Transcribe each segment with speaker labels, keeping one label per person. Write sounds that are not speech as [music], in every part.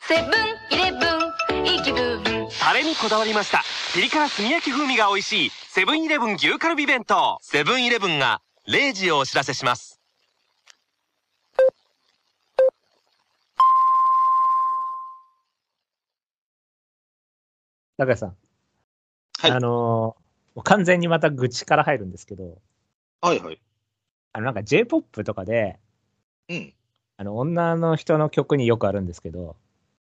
Speaker 1: セブンイレブンいい気分
Speaker 2: タレにこだわりました。ピリ辛炭焼き風味が美味しい、セブンイレブン牛カルビ弁当。セブンイレブンが0時をお知らせします。
Speaker 3: 高橋さん。
Speaker 4: はい
Speaker 3: あのーもう完全にまた愚痴から入るんですけど、
Speaker 4: はいはい。
Speaker 3: あの、なんか J-POP とかで、
Speaker 4: うん。
Speaker 3: あの、女の人の曲によくあるんですけど、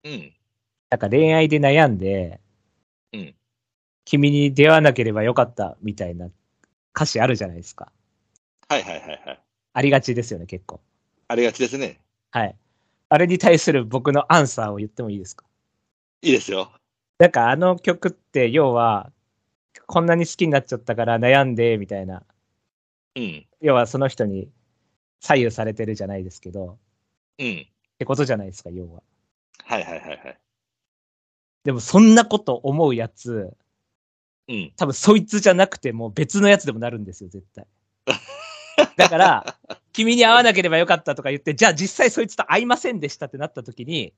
Speaker 4: うん。
Speaker 3: なんか恋愛で悩んで、
Speaker 4: うん
Speaker 3: 君に出会わなければよかったみたいな歌詞あるじゃないですか。
Speaker 4: はいはいはいはい。
Speaker 3: ありがちですよね、結構。
Speaker 4: ありがちですね。
Speaker 3: はい。あれに対する僕のアンサーを言ってもいいですか
Speaker 4: いいですよ。
Speaker 3: なんかあの曲って要は、こんなに好きになっちゃったから悩んで、みたいな。
Speaker 4: うん。
Speaker 3: 要はその人に左右されてるじゃないですけど、
Speaker 4: うん。
Speaker 3: ってことじゃないですか、要は。
Speaker 4: はいはいはいはい。
Speaker 3: でもそんなこと思うやつ、
Speaker 4: うん。
Speaker 3: 多分そいつじゃなくてもう別のやつでもなるんですよ、絶対。だから、君に会わなければよかったとか言って、じゃあ実際そいつと会いませんでしたってなった時に、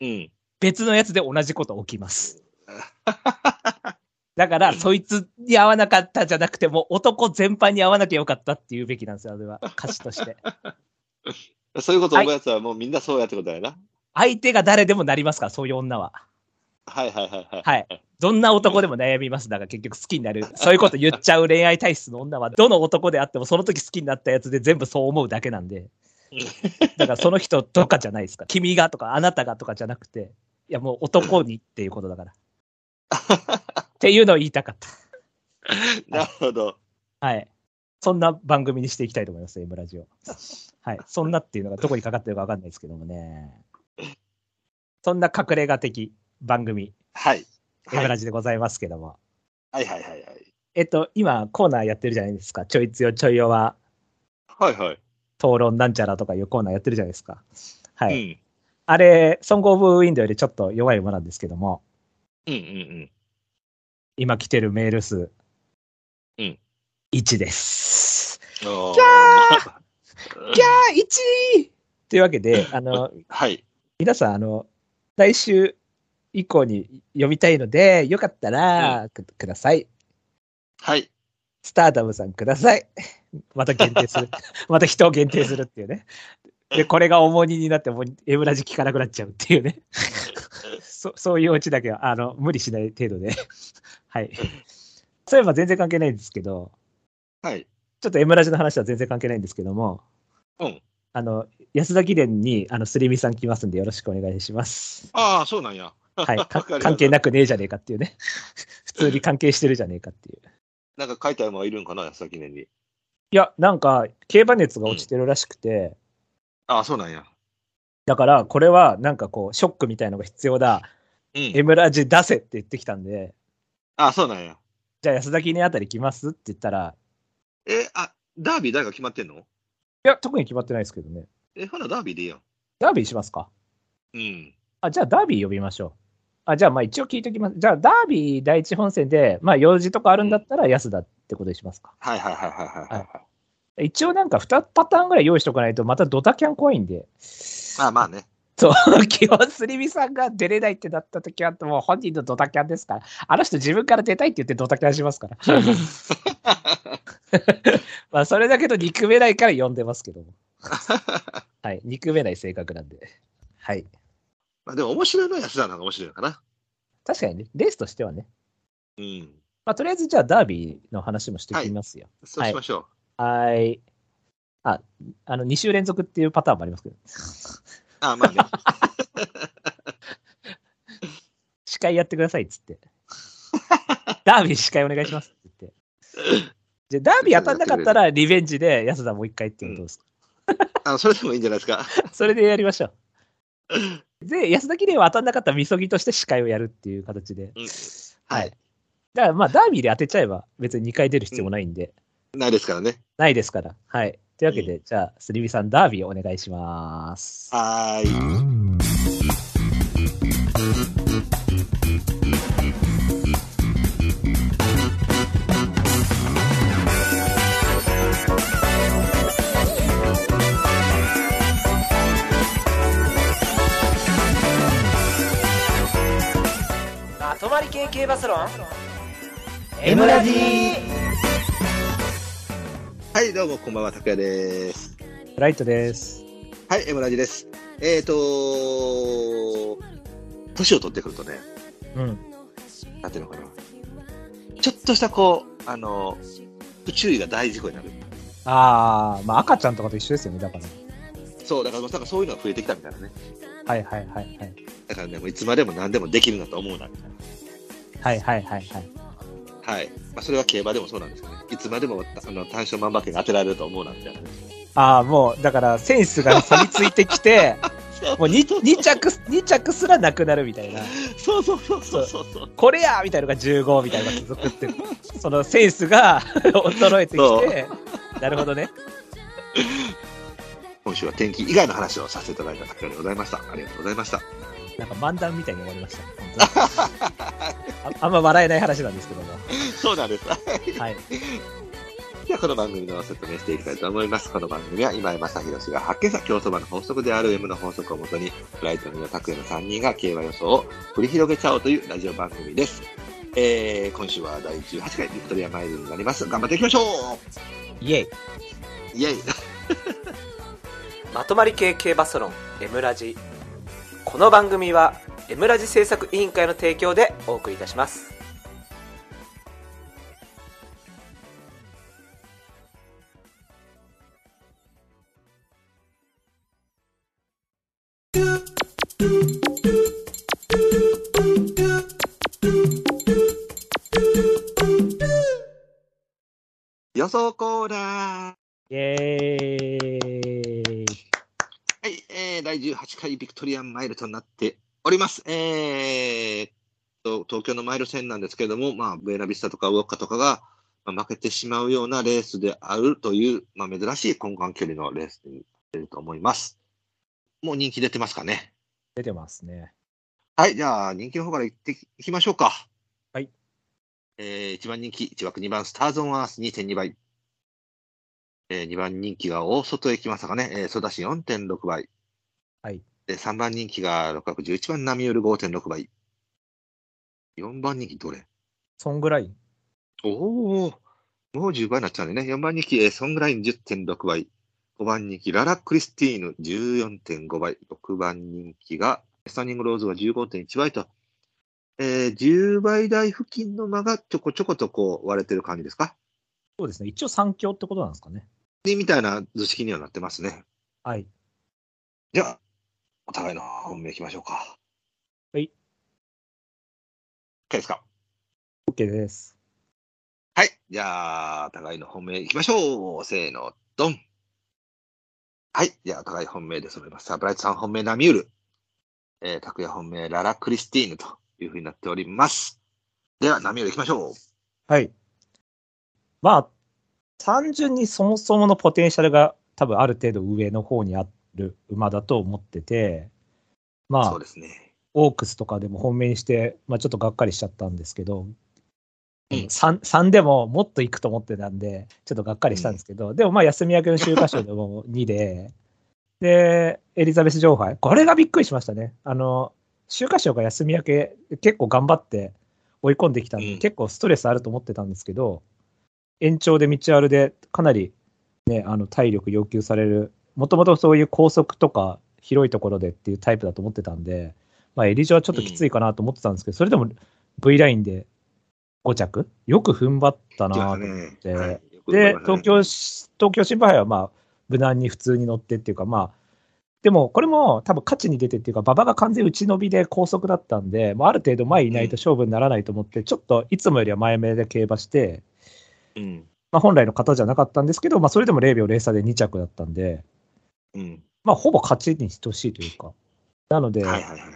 Speaker 4: うん。
Speaker 3: 別のやつで同じこと起きます。だから、そいつに会わなかったじゃなくても、男全般に会わなきゃよかったって言うべきなんですよ、あれは。歌詞として。
Speaker 4: そういうこと思うやつはもうみんなそうやってことだよな。
Speaker 3: 相手が誰でもなりますから、そういう女は。
Speaker 4: はいはいはいはい。
Speaker 3: はい。どんな男でも悩みます。だから結局好きになる。そういうこと言っちゃう恋愛体質の女は、どの男であってもその時好きになったやつで全部そう思うだけなんで。だからその人とかじゃないですか。君がとかあなたがとかじゃなくて、いやもう男にっていうことだから。っていうのを言いたかった。
Speaker 4: なるほど。
Speaker 3: はい。そんな番組にしていきたいと思います、M ラジオ。はい。そんなっていうのがどこにかかってるかわかんないですけどもね。そんな隠れ家的番組、
Speaker 4: はい。は
Speaker 3: M
Speaker 4: いは
Speaker 3: ラ
Speaker 4: い
Speaker 3: ジでございますけども。
Speaker 4: はいはいはい。
Speaker 3: えっと、今、コーナーやってるじゃないですか。ちょい強ちょい弱、
Speaker 4: はいはい。
Speaker 3: 討論なんちゃらとかいうコーナーやってるじゃないですか。はい。
Speaker 4: うん。
Speaker 3: あれ、ソングオブウィンドウよりちょっと弱い馬なんですけども、
Speaker 4: うんうん
Speaker 3: 今来てるメール数、
Speaker 4: うん。
Speaker 3: 1です。
Speaker 4: うん。おー
Speaker 3: キャ
Speaker 4: まあ
Speaker 3: ギャー !1! というわけで、あの、
Speaker 4: はい。
Speaker 3: 皆さん、あの、来週以降に読みたいので、よかったらく、ください。
Speaker 4: はい。
Speaker 3: スターダムさんください。また限定する。 [laughs] また人を限定するっていうね。で、これが重荷になって、もう、エムラジ聞かなくなっちゃうっていうね。 [laughs] そそういうオチだけは、あの、無理しない程度で。はい。そういえば全然関係ないんですけど、
Speaker 4: はい。
Speaker 3: ちょっとエムラジの話は全然関係ないんですけども、
Speaker 4: うん。
Speaker 3: あの、安田記念に、あの、すりみさん来ますんで、よろしくお願いし [laughs] ます。
Speaker 4: ああ、そうなんや。
Speaker 3: はい。か
Speaker 4: わかりました
Speaker 3: 関係なくねえじゃねえかっていう [laughs] ね。普通に関係してるじゃねえかっていう。
Speaker 4: なんか書いた馬はいるんかな、安田記念に。
Speaker 3: いや、なんか、競馬熱が落ちてるらしくて、
Speaker 4: ああ、そうなんや。
Speaker 3: だから、これはなんかこう、ショックみたいのが必要だ。
Speaker 4: うん。
Speaker 3: エムラジ出せって言ってきたんで、
Speaker 4: ああ、そうなんや。
Speaker 3: じゃあ安田記念あたり来ますって言ったら、
Speaker 4: え、あ、ダービー誰か決まってんの
Speaker 3: いや、特に決まってないですけどね。
Speaker 4: え、ほな、ダービーでいいやん。
Speaker 3: ダービーしますか
Speaker 4: うん。
Speaker 3: あ、じゃあダービー呼びましょう。あ、じゃあまあ一応聞いておきます。じゃあダービー第一本線で、まあ用事とかあるんだったら安田ってことにしますか。
Speaker 4: はいはいはいはいはいはい。はい、
Speaker 3: 一応なんか2パターンぐらい用意しとかないと、またドタキャン怖いんで。
Speaker 4: まあまあね。
Speaker 3: そう、基本すりみさんが出れないってなった時は、もう本人のドタキャンですから。あの人自分から出たいって言ってドタキャンし [laughs] ますから。まあ、それだけど憎めないから呼んでますけども。はい。憎めない性格なんで。はい。
Speaker 4: まあでも面白いのは安田の方が面白いのかな。
Speaker 3: 確かにね、レースとしてはね。
Speaker 4: うん。
Speaker 3: まあ、とりあえずじゃあダービーの話もしていきますよ。
Speaker 4: そうしましょう。
Speaker 3: はーい。いあ、あの、2週連続っていうパターンもありますけど。
Speaker 4: ああ、まあね。 [laughs]
Speaker 3: 司会やってくださいっつって。ダービー司会お願いしますって言って。じゃあダービー当たんなかったらリベンジで安田もう一回っていうのどうですか、
Speaker 4: あのそれでもいいんじゃないですか。
Speaker 3: それでやりましょう。で、安田記念は当たんなかったらみそぎとして司会をやるっていう形で。
Speaker 4: うん
Speaker 3: はい。だからまあダービーで当てちゃえば別に2回出る必要もないんで、
Speaker 4: ないですからね。
Speaker 3: ないですから。はい。というわけで、じゃあ、スリビさんダービーお願いします。
Speaker 4: はーい。
Speaker 5: 「まり系系バスロン
Speaker 3: M ラジ
Speaker 4: はい、どうも、こんばんは、拓也です。
Speaker 3: ライトです。
Speaker 4: はい、エムラジです。えっ、ー、とー、年を取ってくるとね、
Speaker 3: うん。
Speaker 4: なんていうのかな。ちょっとしたこう、あのー、不注意が大事故になる。
Speaker 3: ああ、まあ赤ちゃんとかと一緒ですよね、だから。
Speaker 4: そう、だから、なんかそういうのが増えてきたみたいなね。
Speaker 3: はいはいはいはい。
Speaker 4: だからね、もういつまでも何でもできるなと思うな、みた
Speaker 3: は
Speaker 4: い
Speaker 3: いはいはいはい。
Speaker 4: な。はい。まあ、それは競馬でもそうなんですけどね。いつまでも、あの、単勝万馬券が当てられると思うな、みたいなね。
Speaker 3: ああ、もう、だからセンスが染みついてき [laughs] て、もう 2, 二着す、二着すらなくなるみたいな。
Speaker 4: [laughs] そうそうそうそうそうそう。
Speaker 3: これやみたいなのが15みたいなのが続くっていう。そのセンスが [laughs] 衰えてきて、なるほどね。
Speaker 4: 今週は天気以外の話をさせていただいた拓也でございました。ありがとうございました。
Speaker 3: なんか漫談みたいに終わりました。本当にああんま笑えない話なんですけども。
Speaker 4: そうなんです。
Speaker 3: はい。
Speaker 4: ではこの番組の説明していきたいと思います。この番組は今井正弘氏が発見した競走馬の法則である M の法則をもとに、ライトの拓也の3人が競馬予想を繰り広げちゃおうというラジオ番組です。えー、今週は第18回ビクトリアマイルになります。頑張っていきましょ
Speaker 3: イエイ。
Speaker 4: うイェイ [laughs]
Speaker 5: まとまり系系バスロン M ラジこの番組は M ラジ制作委員会の提供でお送りいたします
Speaker 4: 予想コーナー
Speaker 3: イエーイ。
Speaker 4: はい、えー、第18回ビクトリアンマイルとなっております。えーっと、東京のマイル戦なんですけれども、まあ、ブエナビスタとかウォッカとかが、まあ、負けてしまうようなレースであるという、まあ、珍しい根幹距離のレースになっていると思います。もう人気出てますかね。
Speaker 3: 出てますね。
Speaker 4: はい、じゃあ、人気の方からいっていきましょうか。
Speaker 3: はい。
Speaker 4: えー、1番人気、1枠2番、スターズ・オン・アース2.2倍。えー、2番人気が大外へ行きましたかね。えー、ソダシ4.6倍。
Speaker 3: はい。
Speaker 4: で、3番人気が6枠11番、波より5.6倍。4番人気どれ
Speaker 3: そんぐらい。
Speaker 4: おお、もう10倍になっちゃうんだよね。4番人気、えーソングライン10.6倍。5番人気、ララ・クリスティーヌ14.5倍。6番人気が、スタンディング・ローズは15.1倍と、えー10倍台付近の間がちょこちょことこう割れてる感じですか
Speaker 3: そうですね。一応3強ってことなんですかね。
Speaker 4: にみたいな図式にはなってますね。
Speaker 3: はい。
Speaker 4: じゃあ、お互いの本命いきましょうか。
Speaker 3: はい。
Speaker 4: OK ですか
Speaker 3: OK です。
Speaker 4: はい。じゃあ、お互いの本命いきましょう。せーの、ドン。はい。じゃあ、お互い本命で揃います。サブライトさん本命、ナミュール。えー、拓也本命、ララ・クリスティーヌというふうになっております。では、ナミュールいきましょう。
Speaker 3: はい。まあ、単純にそもそものポテンシャルが多分ある程度上の方にある馬だと思ってて、まあ
Speaker 4: そう、ですね。
Speaker 3: オークスとかでも本命にして、まあ、ちょっとがっかりしちゃったんですけど、
Speaker 4: うん
Speaker 3: 3, 3でももっといくと思ってたんで、ちょっとがっかりしたんですけど、でもまあ休み明けの週刊賞でも2で、で、エリザベス女王杯、これがびっくりしましたね。あの、週刊賞が休み明け、結構頑張って追い込んできたんで、
Speaker 4: うん
Speaker 3: 結構ストレスあると思ってたんですけど、延長で道あるで、かなり、ね、あの体力要求される、もともとそういう高速とか広いところでっていうタイプだと思ってたんで、まあ、エリジョはちょっときついかなと思ってたんですけど、それでも V ラインで5着よく踏ん張ったな
Speaker 4: 来ま
Speaker 3: と
Speaker 4: したね
Speaker 3: で
Speaker 4: はいよく
Speaker 3: で
Speaker 4: わ、かりま
Speaker 3: 東
Speaker 4: したね
Speaker 3: 京し、東京新聞杯はまあ、無難に普通に乗ってっていうか、まあ、でもこれも多分勝ちに出てっていうか、馬場が完全打ち伸びで高速だったんで、もうある程度前いないと勝負にならないと思って、ちょっといつもよりは前目で競馬して、
Speaker 4: うん。
Speaker 3: まあ、本来の型じゃなかったんですけど、まあ、それでも0秒0差で2着だったんで、
Speaker 4: うん。
Speaker 3: まあ、ほぼ勝ちに等しいというか。なので、
Speaker 4: はいはいはいはい。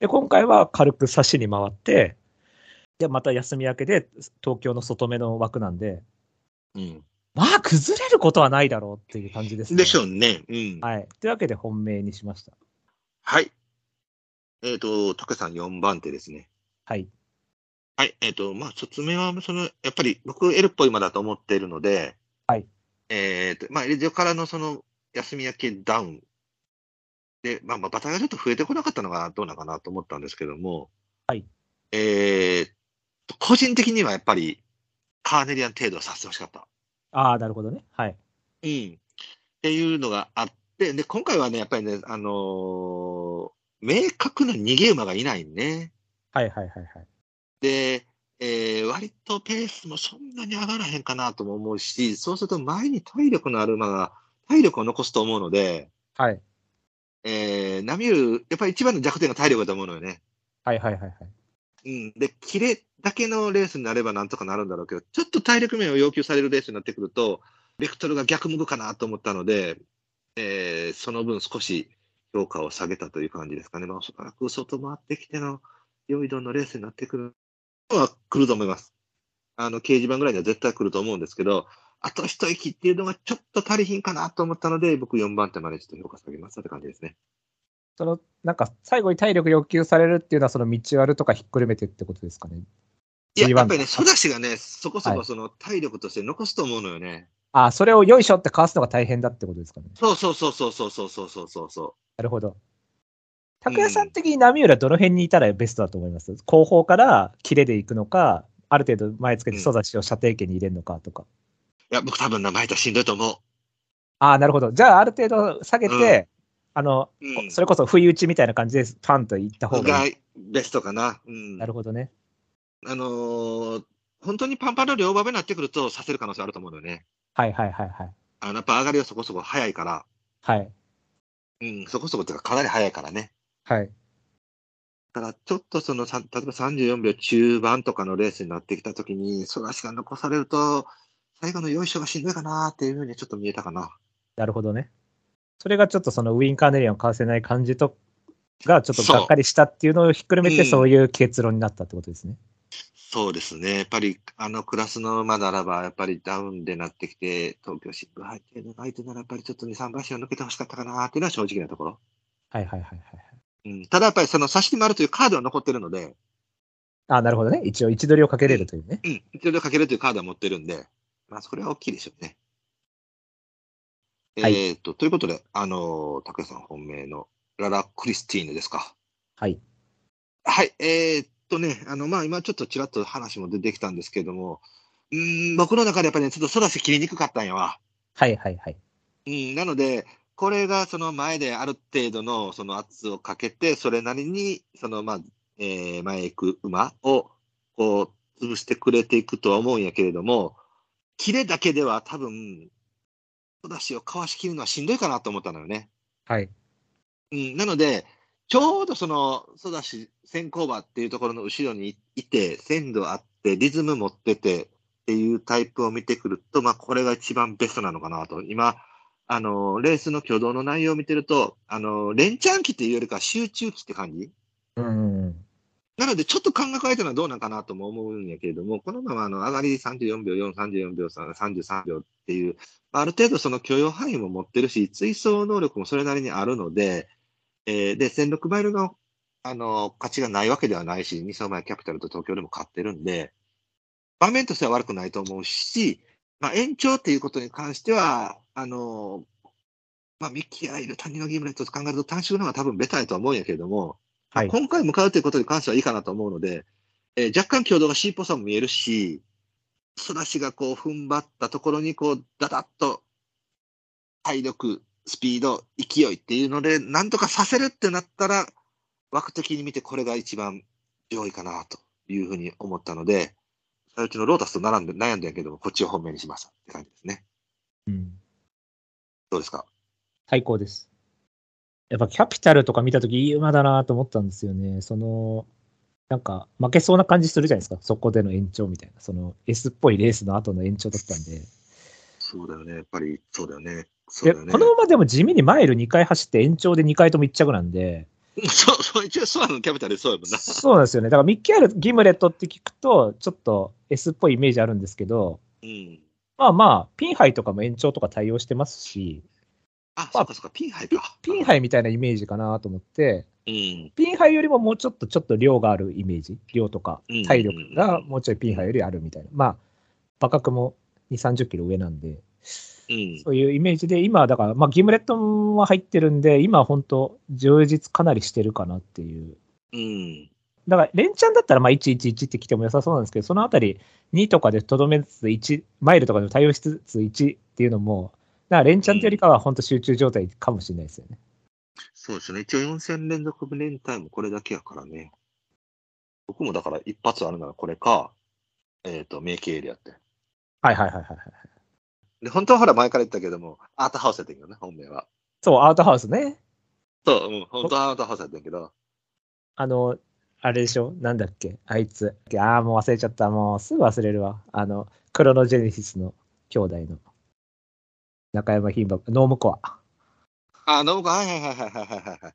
Speaker 3: で、今回は軽く差しに回って、で、また休み明けで、東京の外目の枠なんで、
Speaker 4: うん
Speaker 3: まあ、崩れることはないだろうっていう感じですね。
Speaker 4: でしょうね。うん。はい。
Speaker 3: はい。というわけで、本命にしました。
Speaker 4: えっ、と、拓也さん4番手ですね。
Speaker 3: はい。
Speaker 4: はい、えっ、と、まあ、卒名は、その、やっぱり、僕、エルっぽい馬だと思っているので、
Speaker 3: はい。
Speaker 4: えっ、と、まあ、エリジオからの、その、休み明けダウン。で、まあ、まあ、バタがちょっと増えてこなかったのが、どうなのかなと思ったんですけども、
Speaker 3: はい。
Speaker 4: えー個人的にはやっぱり、カーネリアン程度はさせてほしかった。
Speaker 3: ああ、なるほどね。はい。
Speaker 4: うん。っていうのがあって、で、今回はね、やっぱりね、あのー明確な逃げ馬がいないね。
Speaker 3: はいはいはいはい。
Speaker 4: で、えー割とペースもそんなに上がらへんかなとも思うし、そうすると前に体力のある馬が、体力を残すと思うので、
Speaker 3: はい。
Speaker 4: えー、ナミュール、やっぱり一番の弱点が体力だと思うのよね。
Speaker 3: はいはいはいはい。
Speaker 4: うん。で、キレだけのレースになればなんとかなるんだろうけど、ちょっと体力面を要求されるレースになってくると、ベクトルが逆向くかなと思ったので、えーその分少し評価を下げたという感じですかね。まあ、おそらく外回ってきての良いドンのレースになってくるのは来ると思います。あの、掲示板ぐらいには絶対来ると思うんですけど、あと一息っていうのがちょっと足りひんかなと思ったので、僕4番手までちょっと評価下げましたって感じですね。
Speaker 3: その、なんか、最後に体力要求されるっていうのは、その道割るとかひっくるめてってことですかね。
Speaker 4: いや、
Speaker 3: G1
Speaker 4: やっぱりね、ソダシがね、そこそ
Speaker 3: は
Speaker 4: こ
Speaker 3: い
Speaker 4: その体力として残すと思うのよね。
Speaker 3: ああ、それをよいしょってかわすのが大変だってことですかね。
Speaker 4: そうそうそうそうそうそうそうそうそうそ
Speaker 3: なるほど。拓也さん的に波浦はどの辺にいたらベストだと思います後方からキレでいくのか、ある程度前つけて
Speaker 4: うん
Speaker 3: ソダシを射程圏に入れるのかとか。
Speaker 4: う。いや、僕多分名前たしんどいと思う。
Speaker 3: ああ、なるほど。じゃあ、ある程度下げて、あの、
Speaker 4: うん
Speaker 3: それこそ不意打ちみたいな感じでパンといった方が
Speaker 4: が
Speaker 3: いい。
Speaker 4: ベストかな。うん。
Speaker 3: なるほどね。
Speaker 4: あのー本当にパンパンの両場目になってくるとさせる可能性あると思うのよね。
Speaker 3: はいはいはいはい。
Speaker 4: あの、やっぱ上がりはそこそこ早いから、
Speaker 3: はい。
Speaker 4: うん、そこそこっていうかかなり早いからね。
Speaker 3: はい。
Speaker 4: だからちょっとその、さ例えば34秒中盤とかのレースになってきたときに、ソラシが残されると、最後のよいしょがしんどいかなっていうふうにちょっと見えたかな。
Speaker 3: なるほどね。それがちょっとそのウィン・カーネリアンをかわせない感じと、がちょっとがっかりしたっていうのをひっくるめて、
Speaker 4: そう
Speaker 3: そういう結論になったってことですね。
Speaker 4: そうですね。やっぱり、あのクラスの馬ならば、やっぱりダウンでなってきて、東京シップ入っての相手なら、やっぱりちょっと2、3馬身を抜けてほしかったかなっていうのは正直なところ。
Speaker 3: はいはいはいはい。
Speaker 4: うん、ただやっぱりその差し手もあるというカードは残ってるので、
Speaker 3: ああ、なるほどね。一応、位置取りをかけれるというね。
Speaker 4: うん、一応かけるというカードは持ってるんで、まあそれは大きいでしょうね。
Speaker 3: はい
Speaker 4: えっと、ということで、あのー、拓也さん本命のララ・クリスティーヌですか。
Speaker 3: はい。
Speaker 4: はい、えーっとね、あの、まあ、今ちょっとちらっと話も出てきたんですけども、うーん、僕の中でやっぱりね、ちょっと育て切りにくかったんやわ。
Speaker 3: はいはいはい。
Speaker 4: うん、なので、これがその前である程度のその圧をかけて、それなりに、その、まあ、えー前へ行く馬を、こう、潰してくれていくとは思うんやけれども、キレだけでは多分、育だしをかわしきるのはしんどいかなと思ったのよね。
Speaker 3: はい。
Speaker 4: うん、なので、ちょうどその、ソダシ、先行馬っていうところの後ろにいて、鮮度あって、リズム持っててっていうタイプを見てくると、まあ、これが一番ベストなのかなと。今、あの、レースの挙動の内容を見てると、あの、連チャン期っていうよりか集中期って感じ
Speaker 3: うん。
Speaker 4: なので、ちょっと感覚が空いたのはどうなんかなとも思うんやけれども、このままあの上がり34秒4、34秒3、33秒っていう、まあある程度その許容範囲も持ってるし、追走能力もそれなりにあるので、えーで、1006マイルの、あの、勝ちがないわけではないし、2走前キャピタルと東京でも勝ってるんで、場面としては悪くないと思うし、まあ、延長っていうことに関しては、あの、まあ、ミキアイル、谷野ギムレットと考えると短縮の方が多分ベターやとは思うんやけれども、
Speaker 3: はい。
Speaker 4: 今回向かうということに関してはいいかなと思うので、えー若干挙動が C っぽさも見えるし、ソダシがこう踏ん張ったところにこう、だだっと体力、スピード、勢いっていうので、なんとかさせるってなったら、枠的に見てこれが一番上位かなというふうに思ったので、最うちのロータスと並んで悩んだけども、こっちを本命にしましたって感じですね。
Speaker 3: うん。
Speaker 4: どうですか
Speaker 3: 最高です。やっぱキャピタルとか見たとき、いい馬だなと思ったんですよね。その、なんか、負けそうな感じするじゃないですか。そこでの延長みたいな。その、S っぽいレースの後の延長だったんで。
Speaker 4: そうだよね。やっぱり、そうだよね。そ
Speaker 3: で
Speaker 4: うだよね。
Speaker 3: この馬でも地味にマイル2回走って延長で2回とも1着なんで、
Speaker 4: [laughs] そう、そう、一応ソアのキャピタルでそうやもんな。
Speaker 3: そうなんですよね。だからミッキーアール・ギムレットって聞くと、ちょっと S っぽいイメージあるんですけど、
Speaker 4: うん。
Speaker 3: まあまあ、ピンハイとかも延長とか対応してますし、
Speaker 4: あ、
Speaker 3: ま
Speaker 4: そ
Speaker 3: あ
Speaker 4: うかそうか、ピンハイか。
Speaker 3: ピンハイみたいなイメージかなと思って、
Speaker 4: イ。
Speaker 3: ピンハイよりももうちょっとちょっと量があるイメージ、量とか
Speaker 4: うん
Speaker 3: 体力がもうちょいピンハイよりあるみたいな、まあ、馬角も2、30キロ上なんで、
Speaker 4: うん。うん。
Speaker 3: そういうイメージで、今、だから、まあ、ギムレットは入ってるんで、今、本当、充実かなりしてるかなっていう
Speaker 4: うん。
Speaker 3: だから、連チャンだったら、まあ、111って来ても良さそうなんですけど、そのあたり、2とかでとどめつつ、1、マイルとかでも対応しつつ1っていうのも、だから、連チャンってよりかは、本当集中状態かもしれないですよね。
Speaker 4: そうですね。一応4戦連続無連タイムこれだけやからね。僕もだから一発あるならこれか、えっ、と、メイキエリアって。
Speaker 3: はいはいはいはいはい。
Speaker 4: で、本当はほら前から言ったけども、アートハウスやったけどね、本命は。
Speaker 3: そう、アウトハウスね。
Speaker 4: そう、うん、本当はアートハウスやったけど、
Speaker 3: あの、あれでしょなんだっけあいつ。ああ、もう忘れちゃった。もう、すぐ忘れるわ。あの、クロノジェネシスの兄弟の。中山牝馬、ノームコア。
Speaker 4: あ、ノブコ、はいはいはいはいはいはいは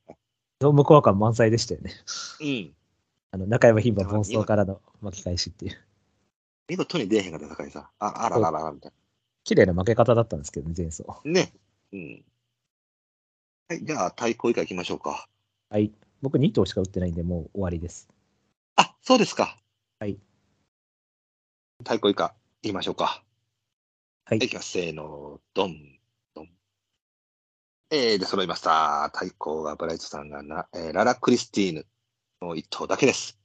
Speaker 3: ノームコア感満載でしたよね。
Speaker 4: い。うん。
Speaker 3: あの、中山牝馬、暴走からの巻き返しっていう。
Speaker 4: 見事に出えへんかった高井さん。あ、あらららら、みたい
Speaker 3: 綺麗な負け方だったんですけどね、前走。
Speaker 4: な。ね。うん。はい、じゃあ、対抗以下行きましょうか。
Speaker 3: はい。僕2頭しか打ってないんで、もう終わりです。
Speaker 4: あ、そうですか。
Speaker 3: はい。
Speaker 4: 対抗以下行きましょうか。
Speaker 3: はい
Speaker 4: いきます。せーの、ドン、ドン。えー、で、揃いました。対抗がブライトさんがな、えーララ・クリスティーヌの一頭だけです。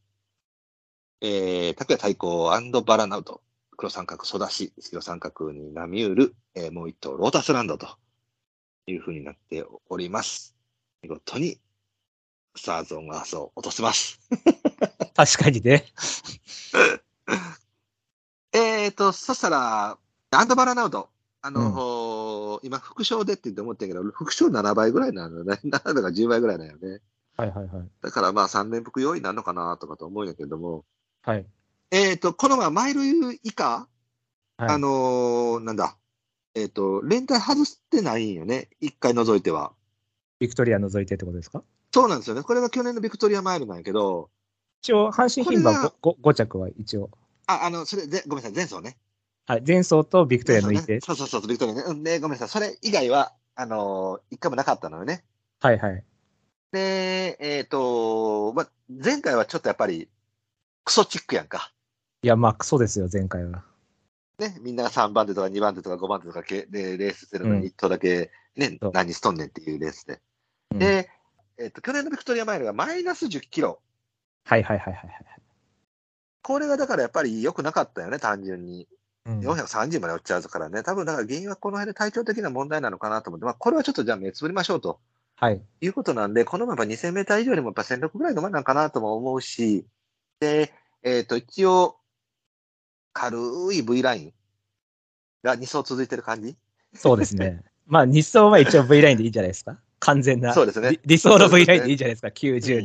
Speaker 4: えー、拓也対抗バラナウト。黒三角、ソダシ、白三角にナミュール、えーもう一頭、ロータスランドという風になっております。見事に、サーゾンアースを落とせます。
Speaker 3: 確かにね。
Speaker 4: えーと、そしたら、アンドバラナウド。あの、今、副賞でって言って思ったけど、副賞7倍ぐらいなのね。7とか10倍ぐら [laughs] いだよね。
Speaker 3: はいはいはい。
Speaker 4: だからまあ3連複用意なのかなとかと思うんやけども。
Speaker 3: はい。
Speaker 4: えーと、このままマイル以下、
Speaker 3: はい
Speaker 4: あのーなんだ。えーと、連帯外してないんよね。1回除いては。
Speaker 3: ビクトリア除いてってことですか
Speaker 4: そうなんですよね。これが去年のビクトリアマイルなんやけど、
Speaker 3: 一応、阪神牝
Speaker 4: これ
Speaker 3: 馬
Speaker 4: が
Speaker 3: 5, 5着は一応。
Speaker 4: あ、あの、それで、ごめんなさい、前走ね。
Speaker 3: はい。前走とビクトリア抜いて。
Speaker 4: そうそうそう、ビクトリアね。うん、で、ごめんなさい。それ以外は、あのー、1回もなかったのよね。
Speaker 3: はいはい。
Speaker 4: で、えっ、と、まあ、前回はちょっとやっぱり、クソチックやんか。
Speaker 3: いや、まあ、クソですよ、前回は。
Speaker 4: ね、みんなが3番手とか2番手とか5番手とかけでレースしてるの
Speaker 3: うん
Speaker 4: に1頭だけ、ね
Speaker 3: そう、
Speaker 4: 何しとんねんっていうレースで。
Speaker 3: うん
Speaker 4: で、えっ、と、去年のビクトリアマイルがマイナス10キロ。
Speaker 3: はいはいはいはい
Speaker 4: これがだからやっぱり良くなかったよね、単純
Speaker 3: はい。
Speaker 4: に。
Speaker 3: うん
Speaker 4: 430まで落ちちゃうからね。多分だから原因はこの辺で体調的な問題なのかなと思って、まあ、これはちょっとじゃあ目つぶりましょうと。
Speaker 3: はい。
Speaker 4: いうことなんで、このまま2000メーター以上よりもやっぱ1000ぐらいの前なんかなとも思うし、で、えっ、と、一応、軽い V ラインが2層続いてる感じ
Speaker 3: そうですね。 [laughs] まあ、日走は一応 V ラインでいいんじゃないですか完全な。
Speaker 4: そうですね
Speaker 3: り。理想の
Speaker 4: そう
Speaker 3: V
Speaker 4: ですね
Speaker 3: ラインでいいじゃないですか。90、
Speaker 4: う
Speaker 3: 13、
Speaker 4: ん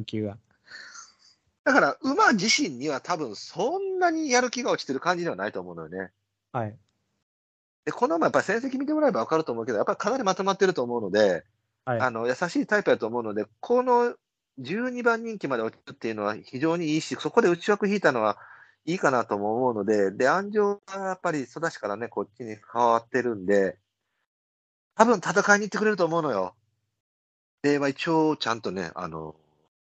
Speaker 3: 14、9は。
Speaker 4: だから、馬自身には多分そんなにやる気が落ちてる感じではないと思うのよね。
Speaker 3: はい。
Speaker 4: で、この馬やっぱり戦績見てもらえば分かると思うけど、やっぱりかなりまとまってると思うので、
Speaker 3: はい
Speaker 4: あの、優しいタイプだと思うので、この12番人気まで落ちるっていうのは非常にいいし、そこで内枠引いたのはいいかなとも思うので、で、安城がやっぱり育ちからね、こっちに変わってるんで、多分戦いに行ってくれると思うのよ。で、まあ、一応、ちゃんとね、あの、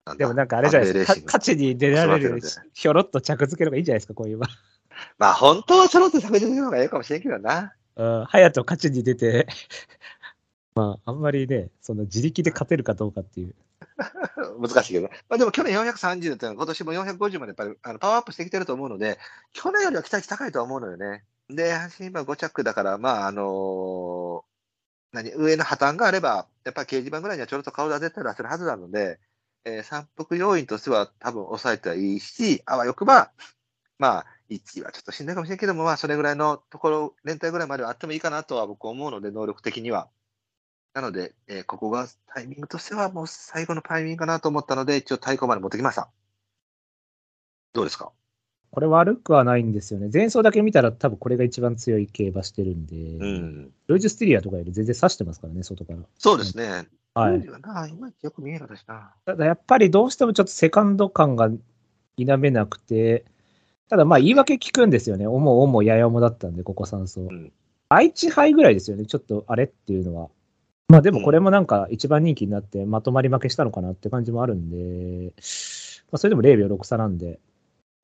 Speaker 4: なんだ
Speaker 3: でもなんかあれじゃないですか。
Speaker 4: アン
Speaker 3: か
Speaker 4: デー
Speaker 3: 勝ち
Speaker 4: レーシング
Speaker 3: に出られるより
Speaker 4: 育てるん
Speaker 3: ひょろっと着付けの方がいいんじゃないですか、こういう場。
Speaker 4: まあ、本当はそろって削除するのがいいかもしれんけどな。
Speaker 3: うん、隼人勝ちに出て、 [laughs] まあ、あんまりね、その自力で勝てるかどうかっていう。
Speaker 4: [laughs] 難しいけど。まあ、でも去年430っていうのは今年も450までやっぱりあのパワーアップしてきてると思うので、去年よりは期待値高いとは思うのよね。で、阪神今5着だから、まあ、あのー何、上の破綻があれば、やっぱり掲示板ぐらいにはちょろっと顔が出て出せるはずなので、えー、三服要員としては多分抑えてはいいし、あわよくば、まあ、1位はちょっとしんどいかもしれんけども、まあ、それぐらいのところ、連帯ぐらいまではあってもいいかなとは僕思うので、能力的には。なので、えーここがタイミングとしてはもう最後のタイミングかなと思ったので、一応対抗まで持ってきました。どうですか
Speaker 3: これ悪くはないんですよね。前走だけ見たら多分これが一番強い競馬してるんで、
Speaker 4: ん。
Speaker 3: ロイジュスティリアとかより全然刺してますからね、外から。
Speaker 4: そうですね。
Speaker 3: はい。
Speaker 4: ルールがな、いまいちよく見えなかったしな。
Speaker 3: ただやっぱりどうしてもちょっとセカンド感が否めなくて、ただまあ言い訳聞くんですよね。おもおもややもだったんで、ここ3走。
Speaker 4: ん
Speaker 3: 愛知杯ぐらいですよね、ちょっとあれっていうのは。まあでもこれもなんか一番人気になってまとまり負けしたのかなって感じもあるんで、まあ、それでも0秒6差なんで、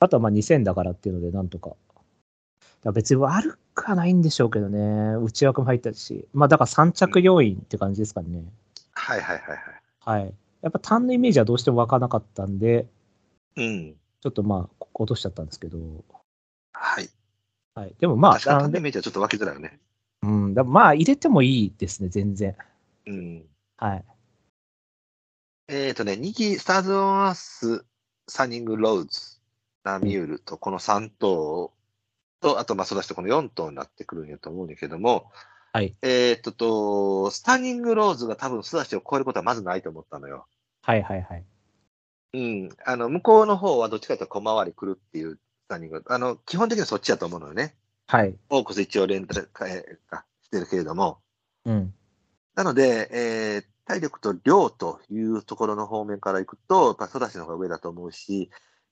Speaker 3: あとはまあ2000だからっていうのでなんとか。だから別に悪くはないんでしょうけどね、内枠も入ったし、まあだから3着要因って感じですかね。
Speaker 4: はいはいはいはい。
Speaker 3: はい。やっぱ単のイメージはどうしても湧かなかったんで、
Speaker 4: うん。
Speaker 3: ちょっとまあ、落としちゃったんですけど、
Speaker 4: はい。
Speaker 3: はい。でもまあ、
Speaker 4: 確かに
Speaker 3: な
Speaker 4: 単
Speaker 3: ん
Speaker 4: 年
Speaker 3: で
Speaker 4: 名じゃちょっと分けづらいよね。
Speaker 3: うん、だまあ、入れてもいいですね、全然。
Speaker 4: うん。
Speaker 3: はい。
Speaker 4: えっ、ー、とね、2期、スターズ・オン・アース、サニング・ローズ、ナミュールと、この3頭と、あと、まあ、そうだしてこの4頭になってくるんやと思うんだけども、
Speaker 3: はい。
Speaker 4: えっ、ー、とと、スタニング・ローズが多分、そうだしてを超えることはまずないと思ったのよ。
Speaker 3: はいはいはい。
Speaker 4: うん。あの、向こうの方はどっちかというと小回り来るっていう、スタニング。あの、基本的にはそっちだと思うのよね。
Speaker 3: はい。
Speaker 4: オークス一応レンタル、えーか、してるけれども。
Speaker 3: うん。
Speaker 4: なので、えー体力と量というところの方面からいくと、やっぱソダシの方が上だと思うし、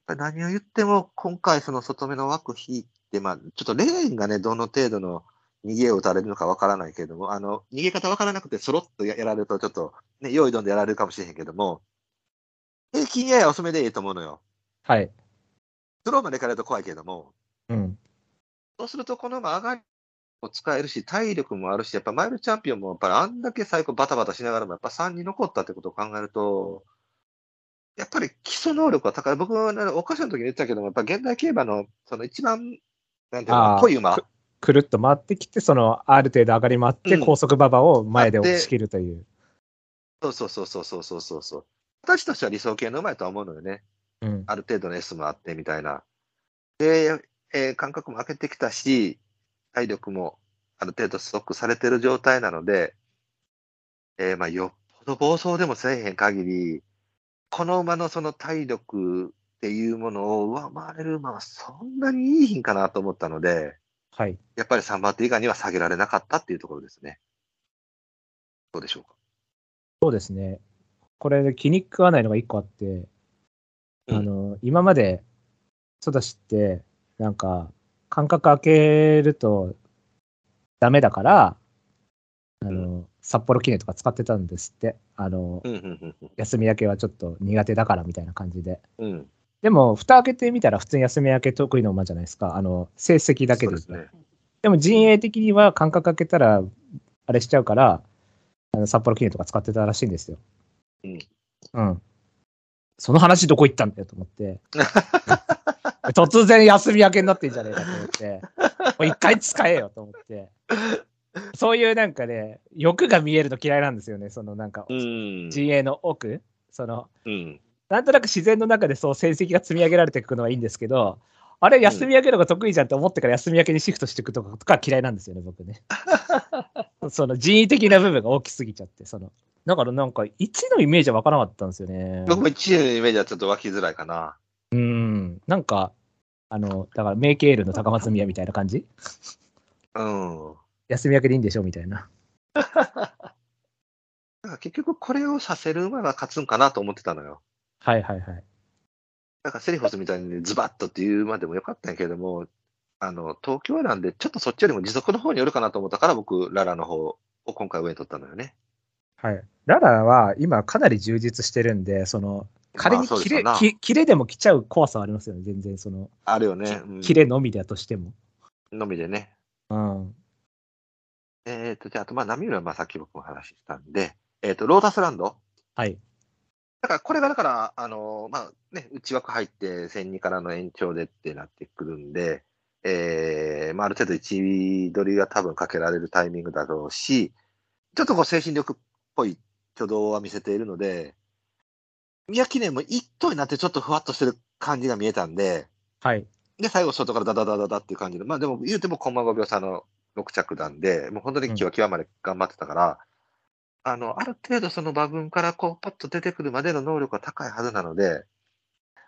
Speaker 4: やっぱ何を言っても今回その外目の枠引いて、まあ、ちょっとレーンがね、どの程度の逃げを打たれるのかわからないけれども、あの、逃げ方わからなくてそろっとややられるとちょっと、ね、用意どんでやられるかもしれへんけども、平均やや遅めでいいと思うのよ。
Speaker 3: はい。
Speaker 4: スローまでいかれると怖いけれども、
Speaker 3: うん。
Speaker 4: そうすると、このまあ上がりも使えるし、体力もあるし、やっぱマイルチャンピオンも、やっぱりあんだけ最高バタバタしながらも、やっぱ3に残ったってことを考えると、やっぱり基礎能力は高い。僕は、ね、お菓子の時に言ってたけども、やっぱ現代競馬の、その一番、なんていう
Speaker 3: あ
Speaker 4: の、
Speaker 3: ー
Speaker 4: 濃い馬。
Speaker 3: くるっと回ってきて、その、ある程度上がり回って、
Speaker 4: うん
Speaker 3: 高速馬場を前で
Speaker 4: あって
Speaker 3: 押し切るという。
Speaker 4: そうそうそうそうそうそうそうそう。私としては理想系の馬やとは思うのよね。
Speaker 3: うん。
Speaker 4: ある程度の S もあってみたいな。で、えー感覚も上げてきたし、体力もある程度ストックされてる状態なので、えーまあ、よっぽど暴走でもせえへん限り、この馬のその体力っていうものを上回れる馬はそんなにいい品かなと思ったので、
Speaker 3: はい。
Speaker 4: やっぱり3番手以下には下げられなかったっていうところですね。どうでしょうか。
Speaker 3: そうですね。これ、気に食わないのが一個あって、
Speaker 4: うん
Speaker 3: あの、今まで、ソダシって、なんか、間隔空けるとダメだから、あの、札幌記念とか使ってたんですって。あの、
Speaker 4: うん、うん、
Speaker 3: 休み明けはちょっと苦手だからみたいな感じで。
Speaker 4: うん。うん、
Speaker 3: でも、蓋開けてみたら普通に休み明け得意の馬じゃないですか。あの、成績だけ
Speaker 4: そう
Speaker 3: で
Speaker 4: で
Speaker 3: 言う
Speaker 4: す
Speaker 3: と。で
Speaker 4: ね。
Speaker 3: も陣営的には間隔空けたら、あれしちゃうから、あの札幌記念とか使ってたらしいんですよ。
Speaker 4: うん。
Speaker 3: うん。その話どこ行ったんだよと思って。 [laughs] 突然休み明けになってんじゃねえかと思って。もう一回使えよと思って。そういうなんかね、欲が見えるの嫌いなんですよね。そのなんか、
Speaker 4: うん、
Speaker 3: 陣営の奥。その、
Speaker 4: うん。
Speaker 3: なんとなく自然の中でそう成績が積み上げられていくのはいいんですけど、あれ、休み明けのが得意じゃんって思ってから休み明けにシフトしていくとかとか嫌いなんですよね、僕 [laughs] ね。その人為的な部分が大きすぎちゃって、その。だからなんか、1のイメージはわからなかったんですよね。
Speaker 4: 僕も1年のイメージはちょっと湧きづらいかな。
Speaker 3: うん。なんか、あの、だから、メイケールの高松宮みたいな感じ
Speaker 4: うん。
Speaker 3: 休み明けでいいんでしょみたいな。
Speaker 4: だから結局これをさせる馬が勝つんかなと思ってたのよ。
Speaker 3: はいはいはい。
Speaker 4: だからセリフォスみたいにズバッとっていう馬でもよかったんやけども、あの、東京なんでちょっとそっちよりも時速の方によるかなと思ったから僕、ララの方を今回上に取ったのよね。
Speaker 3: はい。ララは今かなり充実してるんで、その、仮
Speaker 4: まあ
Speaker 3: に
Speaker 4: そうで
Speaker 3: キ
Speaker 4: すよ
Speaker 3: レ、
Speaker 4: な
Speaker 3: きキレでも来ちゃう怖さはありますよね、全然その、
Speaker 4: あるよね。うん
Speaker 3: キレのみだとしても。
Speaker 4: のみでね。
Speaker 3: うん。
Speaker 4: えっ、と、じゃあ、あと、まあ、ナミュールはまあさっき僕も話したんで、えっ、と、ロータスランド。
Speaker 3: はい。
Speaker 4: だから、これがだから、あの、まあね、内枠入って、戦2からの延長でってなってくるんで、えー、まあ、ある程度1位取りが多分かけられるタイミングだろうし、ちょっとこう精神力っぽい挙動は見せているので、宮記念も1頭になってちょっとふわっとしてる感じが見えたんで、
Speaker 3: はい。
Speaker 4: で、最後外からダダダダダっていう感じで、まあでも言うてもコンマ5秒差の6着なんで、もう本当にキワキワまで頑張ってたから、あの、ある程度その馬群からこうパッと出てくるまでの能力が高いはずなので、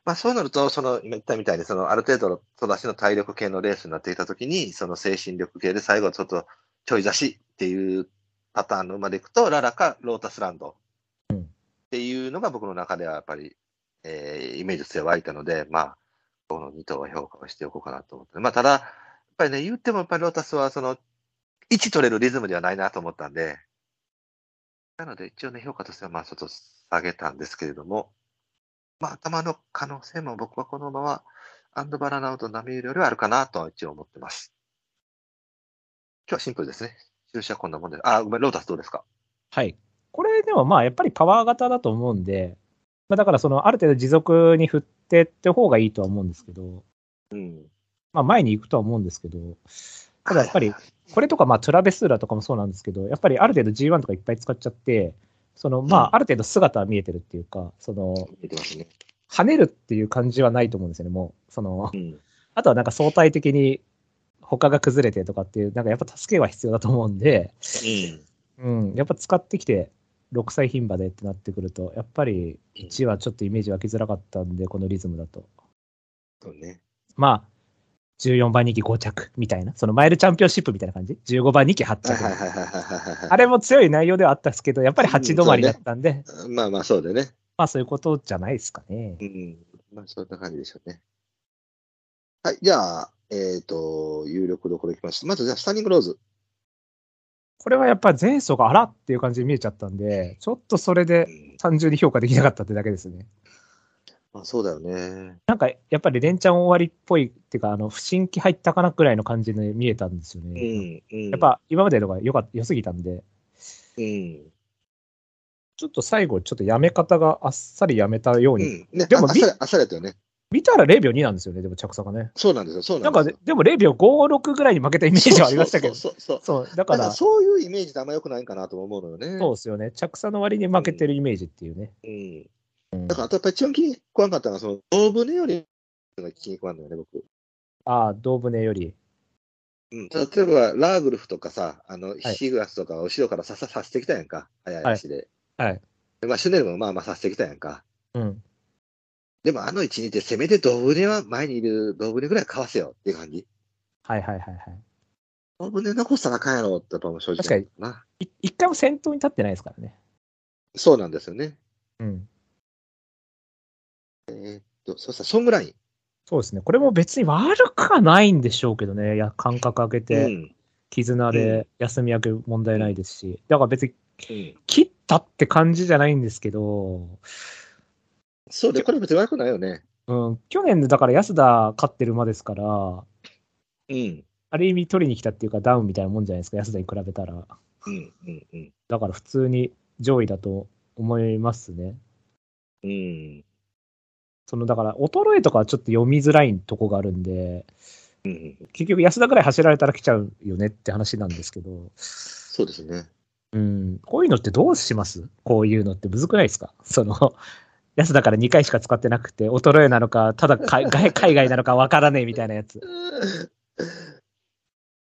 Speaker 4: まあそうなると、その今言ったみたいに、そのある程度の育ちの体力系のレースになっていたときに、その精神力系で最後ちょっとちょい差しっていうパターンの馬でいくと、ララかロータスランド
Speaker 3: うん
Speaker 4: っていうのが僕の中ではやっぱり、えーイメージとして湧いたので、まあ、この2頭は評価をしておこうかなと思って、まあ、ただ、やっぱりね、言ってもやっぱりロータスは、その、位置取れるリズムではないなと思ったんで、なので一応ね、評価としては、まあ、ちょっと下げたんですけれども、まあ、頭の可能性も僕はこのまま、アンドバラナウとナミュールよりはあるかなとは一応思ってます。今日はシンプルですね。印はこんなもんで。あ、ごめん、ロータスどうですか
Speaker 3: はい。これでもまあ、やっぱりパワー型だと思うんで、まあ、だからその、ある程度持続に振っってって方がいいとは思うんですけど、
Speaker 4: うん。
Speaker 3: まあ前に行くとは思うんですけど、ただやっぱり、これとか、まあ、トラベスーラとかもそうなんですけど、やっぱりある程度 G1 とかいっぱい使っちゃって、その、ま
Speaker 4: うん
Speaker 3: あ、ある程度姿は見えてるっていうか、その、
Speaker 4: 出てますね。
Speaker 3: 跳ねるっていう感じはないと思うんですよね、もう。その
Speaker 4: う、ん。
Speaker 3: あとはなんか相対的に他が崩れてとかっていう、なんかやっぱ助けは必要だと思うんで、
Speaker 4: うん。
Speaker 3: うん、やっぱ使ってきて、6歳牝馬でってなってくると、やっぱり1はちょっとイメージ湧きづらかったんで、このリズムだと。
Speaker 4: そうね。
Speaker 3: まあ、14番人気5着みたいな、そのマイルチャンピオンシップみたいな感じ、15番人気8
Speaker 4: はい
Speaker 3: 着
Speaker 4: はいはいはいはいはい。
Speaker 3: あれも強い内容ではあったんですけど、やっぱり8止まりだったんで、
Speaker 4: れまあまあそうだよね。
Speaker 3: まあそういうことじゃないですかね。
Speaker 4: うん。まあそんな感じでしょうね。はい。じゃあ、えっ、と、有力どころいきます。まずじゃあ、スタンディングローズ。
Speaker 3: これはやっぱ前走があらっていう感じで見えちゃったんで、ちょっとそれ
Speaker 4: う
Speaker 3: で
Speaker 4: ん
Speaker 3: 単純に評価できなかったってだけですね。
Speaker 4: まあそうだよね。
Speaker 3: なんかやっぱり連チャン終わりっぽいっていうか、あの不審気入ったかなくらいの感じで見えたんですよ
Speaker 4: う
Speaker 3: ね。
Speaker 4: ん。うん
Speaker 3: やっ、ぱ今までのが良か良すぎたんで、
Speaker 4: うん。
Speaker 3: ちょっと最後、ちょっとやめ方があっさりやめたよう
Speaker 4: う
Speaker 3: に、
Speaker 4: ん。ね、
Speaker 3: で
Speaker 4: で
Speaker 3: も
Speaker 4: もあ、あっ
Speaker 3: み
Speaker 4: さりあっさりだったよね。
Speaker 3: 見たら0秒2なんですよね、でも着差がね。
Speaker 4: そうなんですよ。そうな
Speaker 3: なん
Speaker 4: んですよ。
Speaker 3: かででも0秒56ぐらいに負けたイメージはありましたけど、
Speaker 4: [laughs] そうそうそうそう
Speaker 3: そう、 [laughs] だ
Speaker 4: だか
Speaker 3: からら、そ
Speaker 4: そういうイメージってあんま良くないかなと思うのよね。
Speaker 3: うですよね、着差の割に負けてるイメージっていうね。
Speaker 4: うん。だから、あとやっぱり一番気に食わんかったのは、その、大船より気に食わんのよね、僕。
Speaker 3: ああ、胴舟より。
Speaker 4: うん。例えば、ラーグルフとかさ、あの、
Speaker 3: い
Speaker 4: ヒグラスとか、後ろからさささしてきたやんか、早い足で。
Speaker 3: はい。
Speaker 4: でまあ、シュネルもまあまあさしてきたやんか。
Speaker 3: うん。
Speaker 4: でも、あの位置にいて、せめて大船は前にいる大船ぐらいかわせよっていう感じ。
Speaker 3: はいはいはいはい。
Speaker 4: 大船残したらあかんやろって、やっぱもう正直
Speaker 3: 確
Speaker 4: なのない
Speaker 3: 一回も先頭に立ってないですからね。
Speaker 4: そうなんですよね。
Speaker 3: うん。
Speaker 4: とそうさ、ソングライン。
Speaker 3: そうですね。これも別に悪くはないんでしょうけどね。いや、間隔空けて、
Speaker 4: うん。
Speaker 3: 絆
Speaker 4: う
Speaker 3: で休み明け問題ないですし。だから別に
Speaker 4: うん
Speaker 3: 切ったって感じじゃないんですけど、
Speaker 4: そうで、これ別に悪くないよね。
Speaker 3: うん、去年のだから安田勝ってる馬ですから、
Speaker 4: うん。
Speaker 3: ある意味取りに来たっていうかダウンみたいなもんじゃないですか、安田に比べたら。
Speaker 4: うん。うん。うん。
Speaker 3: だから普通に上位だと思いますね。
Speaker 4: うん。
Speaker 3: そのだから衰えとかはちょっと読みづらいとこがあるんで、
Speaker 4: うん。
Speaker 3: 結局安田ぐらい走られたら来ちゃうよねって話なんですけど、
Speaker 4: そうですね。 [laughs]
Speaker 3: うん、こういうのってどうしますこういうのってむずくないですかその、 [laughs] 安だから2回しか使ってなくて、衰えなのか、ただ
Speaker 4: [laughs]
Speaker 3: 海外海外なのかわからねえみたいなやつ。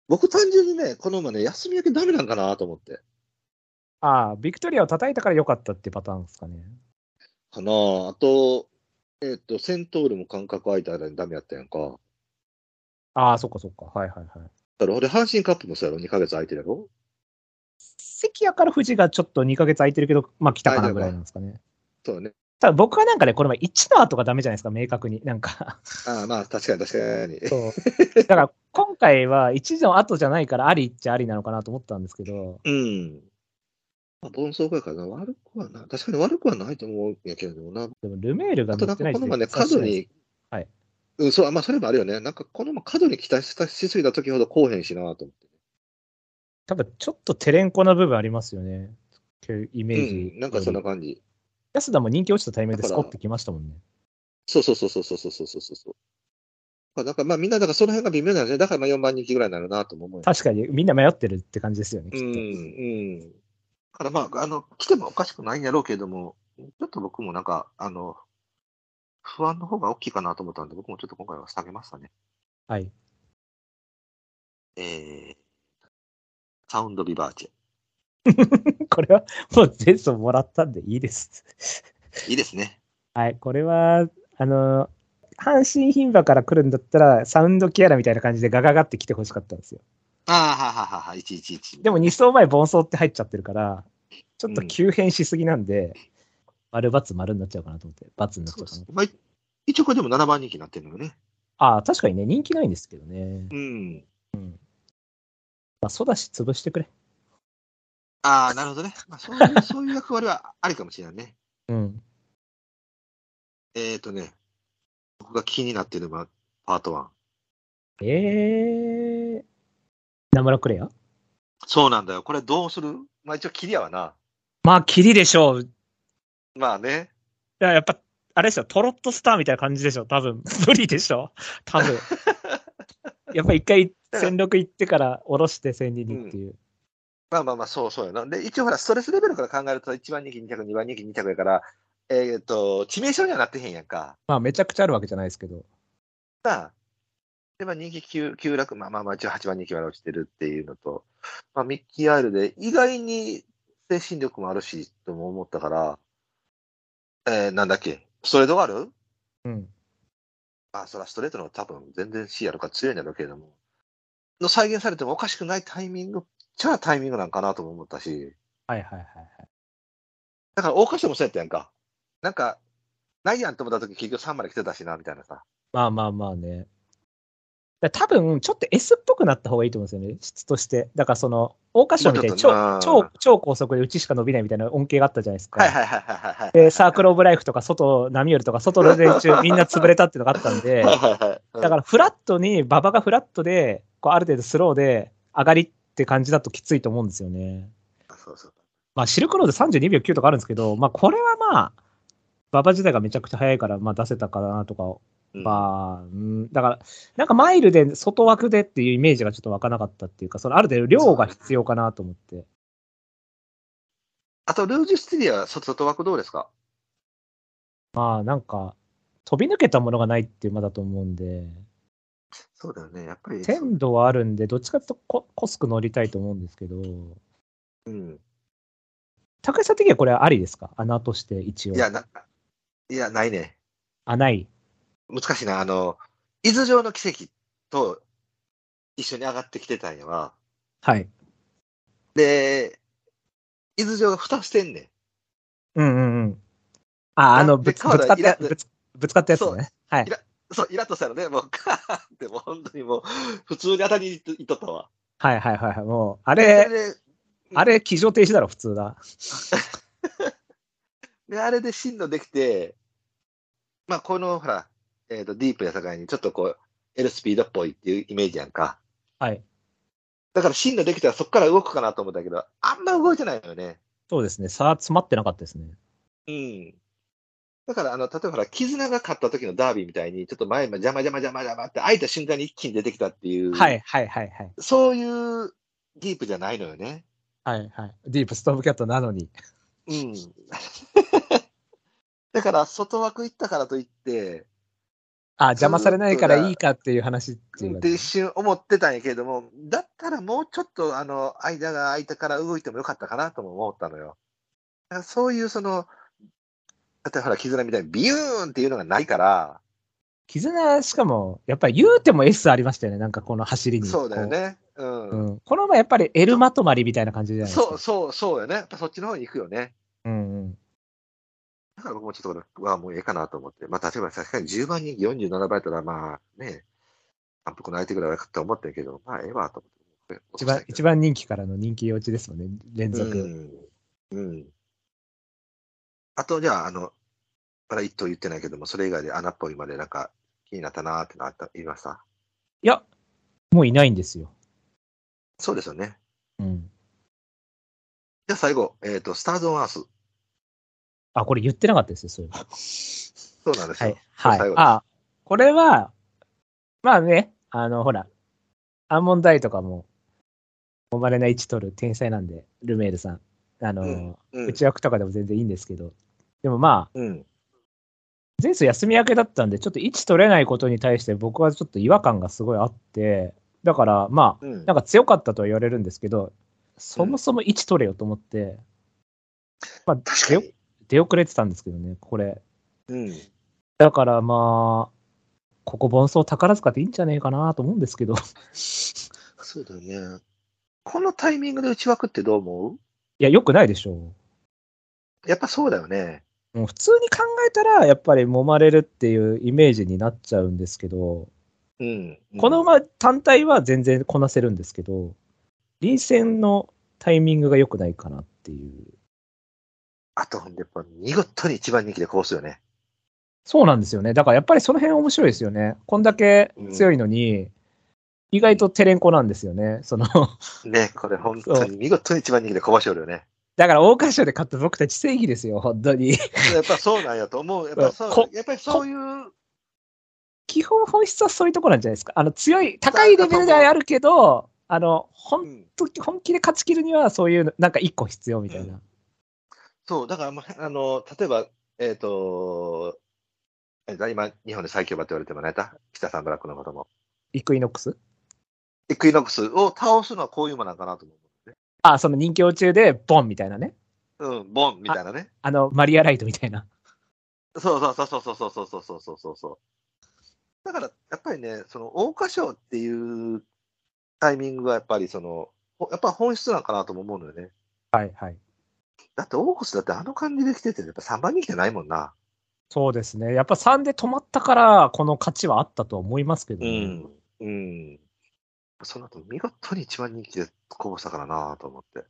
Speaker 4: 僕単純にね、この馬ね、休み明けダメなんかなと思って。
Speaker 3: ああ、ビクトリアを叩いたから良かったってパターンですかね。
Speaker 4: かなああと、えっ、と、セントールも間隔空いた間にダメやったやんか。だ
Speaker 3: ああ、そっかそっか。はいはいはい。
Speaker 4: から俺、阪神カップもそうやろ、2ヶ月空いてるやろ
Speaker 3: 関谷から富士がちょっと2ヶ月空いてるけど、まあ来たかなぐらいなんですかね。
Speaker 4: そうね。
Speaker 3: ただ僕はなんかね、これ前1の後がダメじゃないですか、明確に。なんか。
Speaker 4: ああ、まあ、確かに確かに。
Speaker 3: [laughs] そう。だから今回は1の後じゃないからありっちゃありなのかなと思ったんですけど、
Speaker 4: うん。まあ、盆走ぐらいからな、悪くはない。確かに悪くはないと思うんやけれどもな。
Speaker 3: でもルメールが
Speaker 4: あとなんか、この馬
Speaker 3: 乗
Speaker 4: ね、
Speaker 3: って
Speaker 4: 過度
Speaker 3: ないです
Speaker 4: に、
Speaker 3: はい。
Speaker 4: うん、そう、あまあ、それもあるよね。なんか、この馬過度に期待したしすぎた時ほどこうへんしなと思って。
Speaker 3: 多分ちょっとテレンコな部分ありますよね。イメージ、
Speaker 4: うん、なんかそんな感じ。
Speaker 3: 安田も人気落ちたタイミングでス
Speaker 4: だ
Speaker 3: コ
Speaker 4: から
Speaker 3: ってきましたもんね。
Speaker 4: そうそうそうそうそうそうそうそうそう。まあ、なんかまあみんな、だからその辺が微妙なんですね。だからまあ4番人気ぐらいになるなとも思う。
Speaker 3: 確かにみんな迷ってるって感じですよね、き
Speaker 4: う
Speaker 3: っ
Speaker 4: ん、
Speaker 3: と。
Speaker 4: うん。だからまあ、あの、来てもおかしくないんやろうけども、ちょっと僕もなんか、あの、不安の方が大きいかなと思ったんで、僕もちょっと今回は下げましたね。
Speaker 3: はい。 [laughs]
Speaker 4: えー、サウンドビバーチ
Speaker 3: これはもう前走もらったんでいいです。 [laughs]
Speaker 4: ェ。いいですね。
Speaker 3: はい、これは、あの、阪神牝馬から来るんだったら、サウンドキアラみたいな感じでガガガって来てほしかったんですよ。
Speaker 4: ああ、ははははは、111。
Speaker 3: でも2走前、盆走って入っちゃってるから、ちょっと急変しすぎなんで、丸×丸になっちゃうかなと思って、×になっち
Speaker 4: そ
Speaker 3: ゃ
Speaker 4: う
Speaker 3: う
Speaker 4: で
Speaker 3: か
Speaker 4: す
Speaker 3: な
Speaker 4: ね。。まあ、一応これでも7番人気になってるのよね。
Speaker 3: ああ、確かにね、人気ないんですけどね。
Speaker 4: うん。
Speaker 3: まあ、ソダシ潰してくれ。
Speaker 4: ああ、なるほどね。 [laughs] まあ、そういう、そういう役割はありかもしれないね。
Speaker 3: うん。
Speaker 4: [laughs] えーとね、僕が気になってるのはパート1。
Speaker 3: ええー。名村クレア
Speaker 4: そうなんだよ。これどうするまあ一応、キリアはな。
Speaker 3: まあ、キリでしょう。い
Speaker 4: まあね。
Speaker 3: ややっぱ、あれでしょ、トロットスターみたいな感じでしょ、多分。 [laughs] 無理でしょ多 [laughs] 分。やっぱ一回、戦力行ってから下ろして戦2にっていう。
Speaker 4: まあまあまあ、そうそうやな。で、一応ほら、ストレスレベルから考えると、1番人気、2着、2番人気、2着やから、えーっ、と、致命傷にはなってへんやんか。
Speaker 3: まあ、めちゃくちゃあるわけじゃないですけど。
Speaker 4: なあ。で、まあ、人気急急落、まあまあまあ、一応8番人気まで落ちてるっていうのと、まあ、ミッキー・アイルで、意外に精神力もあるし、とも思ったから、えー、なんだっけ、ストレートがある
Speaker 3: うん。
Speaker 4: まあ、そらストレートの方が多分全然 CR が強いんだろうけれども、の再現されてもおかしくないタイミングっちゃタイミングなんかなとも思ったし、
Speaker 3: はいはいはいはい。
Speaker 4: だから大歌手もそうやったやんか。なんか、ないやんと思った時結局3まで来てたしな、みたいなさ。
Speaker 3: まあまあまあね。だ多分、ちょっと S っぽくなった方がいいと思うんですよね、質として。だから、その、桜花賞みたいに
Speaker 4: もうちょっとな
Speaker 3: 超、超、超高速でうちしか伸びないみたいな恩恵があったじゃないですか。
Speaker 4: はいはいはいはいはい。
Speaker 3: で、サークルオブライフとか、外、波よりとか、外の連
Speaker 4: [laughs]
Speaker 3: 中みんな潰れたっていうのがあったんで、
Speaker 4: はいはいはいうん
Speaker 3: だからフラットに、馬場がフラットで、こうある程度スローで上がりって感じだときついと思うんですよね。
Speaker 4: そうそう。
Speaker 3: まあ、シルクロード32秒9とかあるんですけど、まあ、これはまあ、馬場自体がめちゃくちゃ速いから、まあ出せたかなとか、
Speaker 4: うん
Speaker 3: まあ、うん、だから、なんかマイルで外枠でっていうイメージがちょっと湧かなかったっていうか、そのある程度量が必要かなと思って。
Speaker 4: あと、ルージュスティリアは外外枠どうですか
Speaker 3: まあ、なんか、飛び抜けたものがないっていう馬だと思うんで、
Speaker 4: そうだよね、やっぱり。
Speaker 3: 鮮度はあるんで、どっちかっていうとこコスク乗りたいと思うんですけど、
Speaker 4: うん。
Speaker 3: 高橋さん的にはこれはありですか穴として一応。
Speaker 4: いや、な、いや、ないね。
Speaker 3: あ、ない。
Speaker 4: 難しいな。あの、伊豆上の奇跡と一緒に上がってきてたんやわ。
Speaker 3: はい。
Speaker 4: で、伊豆城が蓋してんねん。
Speaker 3: うんうんうん。あ、あの、ぶ
Speaker 4: で
Speaker 3: つぶつかっ
Speaker 4: いや
Speaker 3: た、ぶつぶつかったやつね。はい
Speaker 4: い。そう、イラッとしたのね、もう、カーンって、もう本当にもう、普通に当たりにいっとったわ。
Speaker 3: はいはいはいはい。もう、あ
Speaker 4: で、そ
Speaker 3: れ、
Speaker 4: れで
Speaker 3: あれ、騎乗停止だろ、普通だ。
Speaker 4: であれで進路できて、まあ、この、ほら、えっ、と、ディープや境に、ちょっとこう、エルスピードっぽいっていうイメージやんか。
Speaker 3: はい。
Speaker 4: だから進路できたらそこから動くかなと思ったけど、あんま動いてないのよね。
Speaker 3: そうですね。差詰まってなかったですね。
Speaker 4: うん。だから、あの、例えばほら、絆が勝った時のダービーみたいに、ちょっと前ま邪魔邪魔邪魔邪魔って、開いた瞬間に一気に出てきたっていう、
Speaker 3: はいはいはいはい。
Speaker 4: そういうディープじゃないのよね。
Speaker 3: はいはい。ディープストームキャットなのに。
Speaker 4: うん。 [laughs] だから、外枠行ったからといって、
Speaker 3: あ、邪魔されないからいいかっていう話っていう
Speaker 4: っ
Speaker 3: か
Speaker 4: て一瞬思ってたんやけれども、だったらもうちょっと、あの、間が空いたから動いてもよかったかなとも思ったのよ。だからそういう、その、例えばほら、絆みたいにビューンっていうのがないから、
Speaker 3: 絆、しかも、やっぱり言うても S ありましたよね。なんかこの走りに。
Speaker 4: そうだよね。うん。
Speaker 3: こう。うん。この前やっぱり L まとまりみたいな感じじゃないですか。
Speaker 4: そうそうそうよね。やっぱそっちの方に行くよね。
Speaker 3: うんうん。
Speaker 4: だから僕もちょっとこれはもうええかなと思って。まあ例えば確かに10番人気47倍やったらまあね、反復の相手ぐらいはかって思ってるけど、まあええわと思って。
Speaker 3: 一番、一番人気からの人気落ちですもんね。連続。
Speaker 4: うん。うん。あとじゃあ、あの、まだ一頭言ってないけども、それ以外で穴っぽいまでなんか気になったなーってのあった、言いました
Speaker 3: いや、もういないんですよ。
Speaker 4: そうですよね。
Speaker 3: うん。
Speaker 4: じゃあ最後、えっ、と、スターズ・オン・アース。
Speaker 3: あ、これ言ってなかったですよ、そういえば。
Speaker 4: そうなんです
Speaker 3: は
Speaker 4: よ。
Speaker 3: い。はい
Speaker 4: 最後。です
Speaker 3: あ、これは、まあね、あの、ほら、アンモンダイとかも、生まれない位置取る天才なんで、ルメールさん。あの、
Speaker 4: うん。
Speaker 3: 内枠とかでも全然いいんですけど。でもまあ、
Speaker 4: うん。
Speaker 3: 前走休み明けだったんで、ちょっと位置取れないことに対して僕はちょっと違和感がすごいあって、だからまあ、
Speaker 4: うん
Speaker 3: なんか強かったとは言われるんですけど、そもそも位置取れよと思って、まあ、
Speaker 4: 確
Speaker 3: 出お
Speaker 4: かに。
Speaker 3: 出遅れてたんですけどね、これ。
Speaker 4: うん。
Speaker 3: だからまあ、ここ、盆走宝塚でいいんじゃねえかなと思うんですけど。い [laughs]
Speaker 4: そうだよね。このタイミングで内枠ってどう思
Speaker 3: や、よくないでしょ
Speaker 4: うやっぱそうだよね。
Speaker 3: う。もう普通に考えたら、やっぱり揉まれるっていうイメージになっちゃうんですけど、
Speaker 4: うん。
Speaker 3: この馬単体は全然こなせるんですけど、臨戦のタイミングが良くないかなっていう。
Speaker 4: あと、ほんで、やっぱ見事に一番人気でこうすよね。
Speaker 3: そうなんですよね。だからやっぱりその辺面白いですよね。こんだけ強いのに、意外とテレンコなんですよね。その、 [laughs]
Speaker 4: ね、これ本当に見事に一番人気でこばしおるよね。
Speaker 3: だから、大鑑賞で買った僕たち正義ですよ、本当に。
Speaker 4: やっぱそうなんやと思う。やっぱそ
Speaker 3: [laughs]
Speaker 4: う
Speaker 3: こ、
Speaker 4: やっぱりそういう、
Speaker 3: 基本本質はそういうとこなんじゃないですか。あの、強い、高いレベルではあるけど、あの、ほ
Speaker 4: うんん
Speaker 3: と、本気で勝ち切るには、そういう、なんか一個必要みたいな。
Speaker 4: そう、だから、まあの、例えば、えっ、と、え今、日本で最強馬って言われてもらえた北サンブラックのことも。
Speaker 3: イクイノックス
Speaker 4: イクイノックスを倒すのはこういうものなんかなと思う、ね。
Speaker 3: あ、その人気落中で、ボンみたいなね。
Speaker 4: うん、ボンみたいなね。
Speaker 3: あの、マリアライトみたいな。
Speaker 4: そうそうそうそうそうそうそうそうそうそうそう。だから、やっぱりね、その、桜花賞っていうタイミングがやっぱりその、ほやっぱ本質なんかなとも思うのよね。
Speaker 3: はいはい。
Speaker 4: だって、オークスだってあの感じで来てて、やっぱ3番人気じゃないもんな。
Speaker 3: そうですね。やっぱ3で止まったから、この価値はあったとは思いますけど、
Speaker 4: う
Speaker 3: ね
Speaker 4: ん。うん。その後、見事に一番人気でこぼしたからなと思って。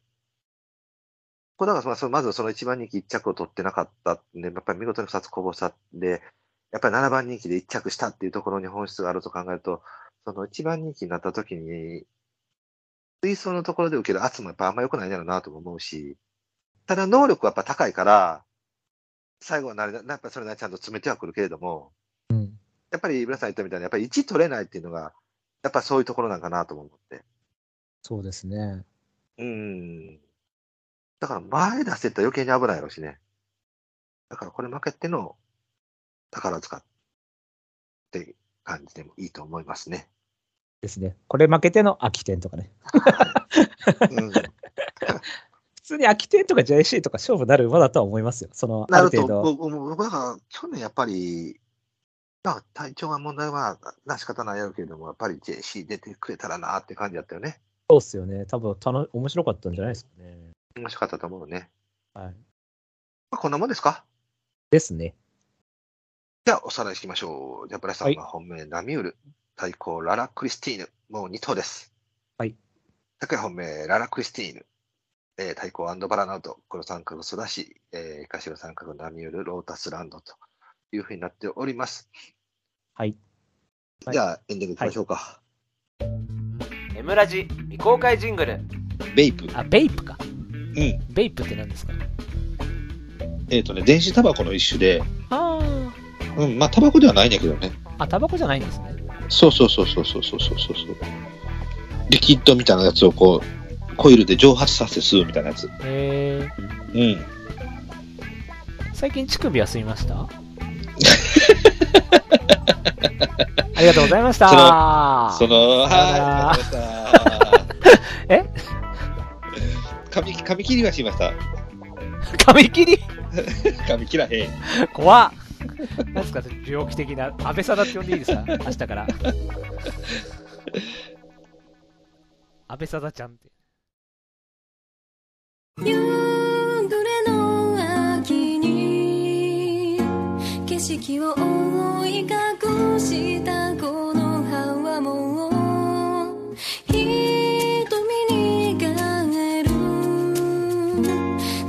Speaker 4: これだからまあその、まずその一番人気一着を取ってなかったんで、やっぱり見事に二つこぼしたんで、やっぱり7番人気で一着したっていうところに本質があると考えると、その一番人気になった時に、水槽のところで受ける圧もやっぱあんま良くないんだろうなとも思うし、ただ能力はやっぱ高いから、最後はなれなやっぱそれなりにちゃんと詰めてはくるけれども、
Speaker 3: うん
Speaker 4: やっぱり皆さん言ったみたいに、やっぱり1取れないっていうのが、やっぱそういうところなんかなとも思って。
Speaker 3: そうですね。
Speaker 4: うん。だから前出せったら余計に危ないやろしね。だからこれ負けての宝塚って感じでもいいと思いますね。
Speaker 3: ですね。これ負けての空き店とかね。
Speaker 4: [laughs] うん、
Speaker 3: 普通に空き店とか JC とか勝負なる馬だとは思いますよ。その、あ
Speaker 4: な
Speaker 3: る
Speaker 4: ると、
Speaker 3: 程度。
Speaker 4: 僕、僕だから去年やっぱり、まあ、体調が問題はな仕方ないやろうけれども、やっぱり JC 出てくれたらなって感じだったよね。
Speaker 3: そうっすよね。多分、たの面白かったんじゃないですかね。
Speaker 4: 面白かったと思うね。
Speaker 3: はい。
Speaker 4: まあ、こんなもんですか
Speaker 3: ですね。
Speaker 4: じゃあ、おさらいしていきましょう。じゃあ、ブラさん
Speaker 3: はい
Speaker 4: は本命、ナミュール、対抗、ララ・クリスティーヌ、もう2頭です。
Speaker 3: はい。
Speaker 4: 高い本命、ララ・クリスティーヌ、えー対抗、アンド・バラナウト、黒三角、ソダシ、えー、イカシロ三角、ナミュール、ロータス・ランドというふうになっております。
Speaker 3: はい。
Speaker 4: じゃあ、エンディングいきましょうか。
Speaker 5: エムラジ未公開ジングル
Speaker 4: ベイプ。
Speaker 6: あ、ベイプか。
Speaker 4: ん
Speaker 6: ベイプって何ですか
Speaker 4: えっ、とね、電子タバコの一種で、
Speaker 6: あー
Speaker 4: うん、まあ、タバコではないんだけどね。
Speaker 6: あ、タバコじゃないんですね。
Speaker 4: そうそうそうそうそうそうそうそう。リキッドみたいなやつをこう、コイルで蒸発させて吸うみたいなやつ。
Speaker 6: えー、
Speaker 4: うん。
Speaker 6: 最近乳首休みました
Speaker 4: [laughs]
Speaker 6: ありがとうございました
Speaker 4: そその、
Speaker 6: あ
Speaker 4: はい、わかりま
Speaker 3: [laughs]
Speaker 4: した。
Speaker 6: え
Speaker 4: [laughs] 髪髪切りはしました。
Speaker 6: 髪切り
Speaker 4: 髪切らへん。
Speaker 6: 怖っ何ですか猟奇的な安倍貞って呼んでいいですか明日から安倍貞ちゃんって
Speaker 7: 夕暮れの秋に景色を覆い隠したこの葉はもう瞳に輝る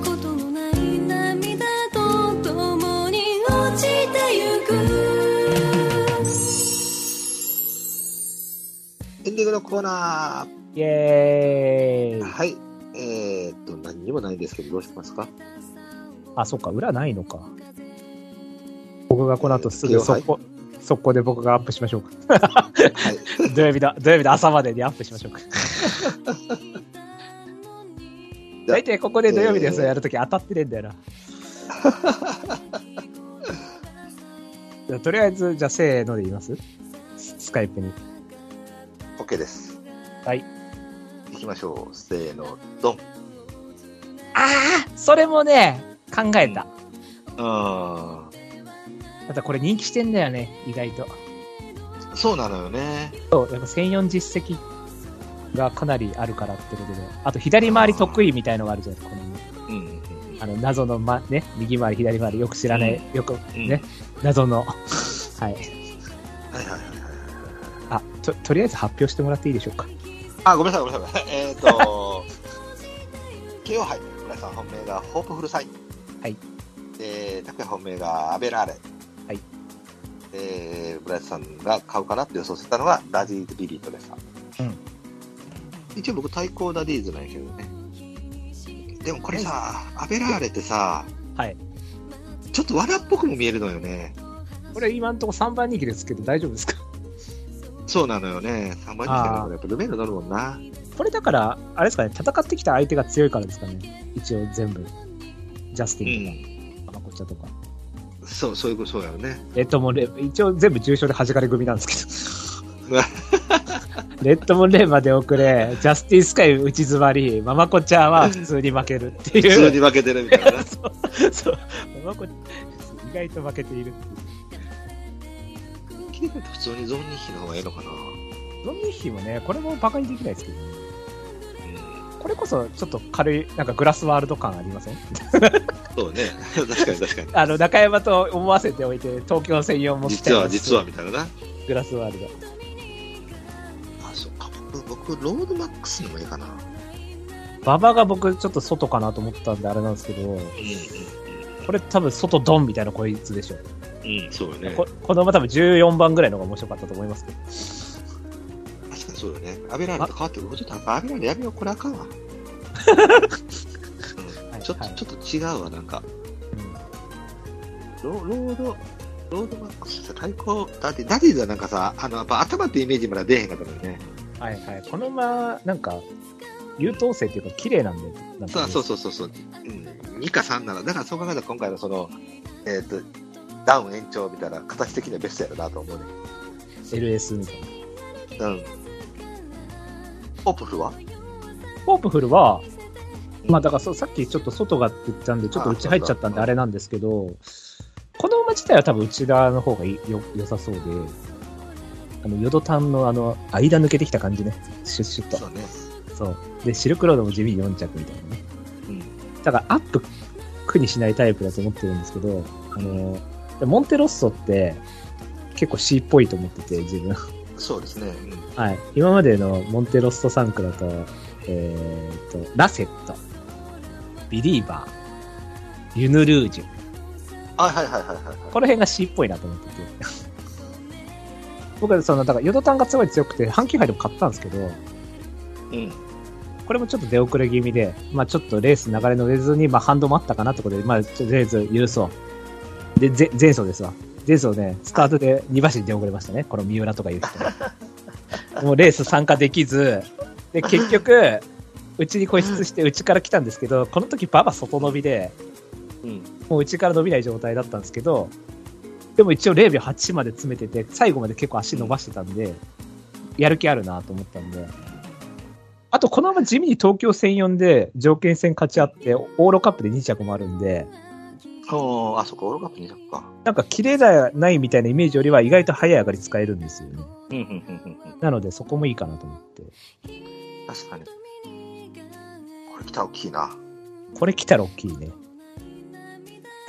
Speaker 7: ことのない涙と共に落ちてゆく
Speaker 4: エンディングのコーナ
Speaker 3: イエー
Speaker 4: ー。
Speaker 3: イ。
Speaker 4: はい。えー、っと、何にもないんですけど、どうします [laughs] か
Speaker 3: あ、そっか、裏ないのか。僕がこの後すぐ速攻、速攻で僕がアップしましょうか。
Speaker 4: はい。
Speaker 3: 土曜日の、土曜日の朝までにアップしましょうか。大体ここで土曜日でそれやるとき当たってねえんだよな。じゃあとりあえず、じゃあせーので言いますススカイプに。
Speaker 4: OK です。
Speaker 3: はい。
Speaker 4: 行きましょう。せーの、ドン。
Speaker 3: ああそれもね、考えた。
Speaker 4: あ
Speaker 3: ただこれ人気してんだよね、意外と。
Speaker 4: あ、そうなのよね。
Speaker 3: そう、やっぱ1004実績がかなりあるからってことで。あと左回り得意みたいのがあるじゃないですか、この
Speaker 4: うん。
Speaker 3: あの、謎の、ま、ね、右回り、左回り、よく知らない、よく、ね、謎 [laughs] の。はい。
Speaker 4: はいはいはいはい。
Speaker 3: あ、と、とりあえず発表してもらっていいでしょうか。
Speaker 4: あ、ごめんなさい、ごめんなさい。 [laughs] えーっと、慶応杯、村井さん本命がホープフルサイン。
Speaker 3: はい。
Speaker 4: えー、拓也本命がアベラーレ。
Speaker 3: はい。
Speaker 4: えー、村井さんが買うかなって予想してたのがダディーズビビットでした。
Speaker 3: うん。
Speaker 4: 一応僕対抗ダディーズなんやけどね。でもこれさ、アベラーレってさ、
Speaker 3: はい。
Speaker 4: ちょっと罠っぽくも見えるのよね。
Speaker 3: これ今んとこ3番人気ですけど大丈夫ですか
Speaker 4: そうなのよね。3番人気だからやっぱルメール乗るもんな。
Speaker 3: これだから、あれですかね、戦ってきた相手が強いからですかね。一応全部。ジャス
Speaker 4: う
Speaker 3: ティン
Speaker 4: ん。
Speaker 3: とか、マコチャとか。
Speaker 4: そう、そういうこと、そうやろね。
Speaker 3: レッドモンレー、一応全部重傷で弾かれ組なんです
Speaker 4: [laughs]
Speaker 3: けど。レッドモンレーまで遅れ、ジャスティンスカイ打ち詰まり、ママコチャは普通に負けるって
Speaker 4: 普
Speaker 3: い
Speaker 4: 通
Speaker 3: う。
Speaker 4: に負けてるみたいなな。
Speaker 3: そうそう。ママコチャ、意外と負けているっていう。
Speaker 4: 切り替えて普通にゾンニヒの方がいいのかな。
Speaker 3: ドンミッヒもね、これもバカにできないですけど、
Speaker 4: うん
Speaker 3: これこそちょっと軽い、なんかグラスワールド感ありません
Speaker 4: そうね。 [laughs] 確かに確かに。
Speaker 3: あの、中山と思わせておいて、東京専用も
Speaker 4: 実は、実は、。みたいなな。
Speaker 3: グラスワールド。
Speaker 4: あ、そっか。僕、僕ロードマックスのもいいかな。
Speaker 3: 馬場が僕、ちょっと外かなと思ったんで、あれなんですけど、これ多分外ドンみたいなこいつでしょ。
Speaker 4: うん、うん、そうよね。
Speaker 3: ここの馬多分14番ぐらいの方が面白かったと思いますけど。
Speaker 4: 確かにそうだね。アベラールと変わってくる。もうちょっとやっぱアベラールやめよう、これあかんわ。うんちょっ
Speaker 3: はい
Speaker 4: と、ちょっと違うわ、なんか。ロロード、ロードマックスさ、対抗。だって、ダディーズはなんかさ、あの、やっぱ頭ってイメージまだ出えへんかったのよね。
Speaker 3: はいはい。この馬、なんか、優等生っていうか綺麗なんで。なん
Speaker 4: そ
Speaker 3: か
Speaker 4: うそうそうそうそう。うん、2か3なら、だからそう考えたら今回のその、えっ、と、ダウン延長みたいな形的にはベストやろなと思うね。
Speaker 3: LS みたいな。
Speaker 4: うん。オープフは
Speaker 3: ポープフルは、まあだからそうさっきちょっと外がって言ったんで、ちょっと
Speaker 4: あ
Speaker 3: 内入っちゃったんであれなんですけど、この馬自体は多分内側の方がいいよ良さそうで、あの、ヨドタンのあの、間抜けてきた感じね。シュッシュッと。
Speaker 4: そうね。
Speaker 3: そう。で、シルクロードも地味に4着みたいなね。だから、アップ苦にしないタイプだと思ってるんですけど、あの、でモンテロッソって、結構 C っぽいと思ってて、自分。
Speaker 4: そうですね。うん
Speaker 3: はい。今までのモンテロッソ3区だと、えー、と、ラセット、ビリーバー、ユヌルージュ。
Speaker 4: あ、はいはいはいはいはい。
Speaker 3: この辺が C っぽいなと思ってて。僕はその、だから、ヨドタンがすごい強くて、阪急杯でも買ったんですけど、
Speaker 4: うん。
Speaker 3: これもちょっと出遅れ気味で、まあ、ちょっとレース流れのれずに、まあ、ハンドもあったかなってことで、まあ、ちょとりあえず許そう。で、ぜ前走ですわ。前走ね、スタートで2馬身出遅れましたね。この三浦とかいう人がもうレース参加できず、で、結局、うちに固執して、うちから来たんですけど、この時馬場外伸びで、
Speaker 4: うん。
Speaker 3: もううちから伸びない状態だったんですけど、でも一応0秒8まで詰めてて、最後まで結構足伸ばしてたんで、やる気あるなと思ったんで。あと、このまま地味に東京戦4で条件戦勝ち合って、オーロカップで2着もあるんで、
Speaker 4: おーあ、そこ、オールカップ2着か。
Speaker 3: なんか切れないみたいなイメージよりは意外と早い上がり使えるんですよね。
Speaker 4: うん、うん、うん、うん。
Speaker 3: なので、そこもいいかなと思って。
Speaker 4: 確かに。これ来たら大きいな。
Speaker 3: これ来たら大きいね。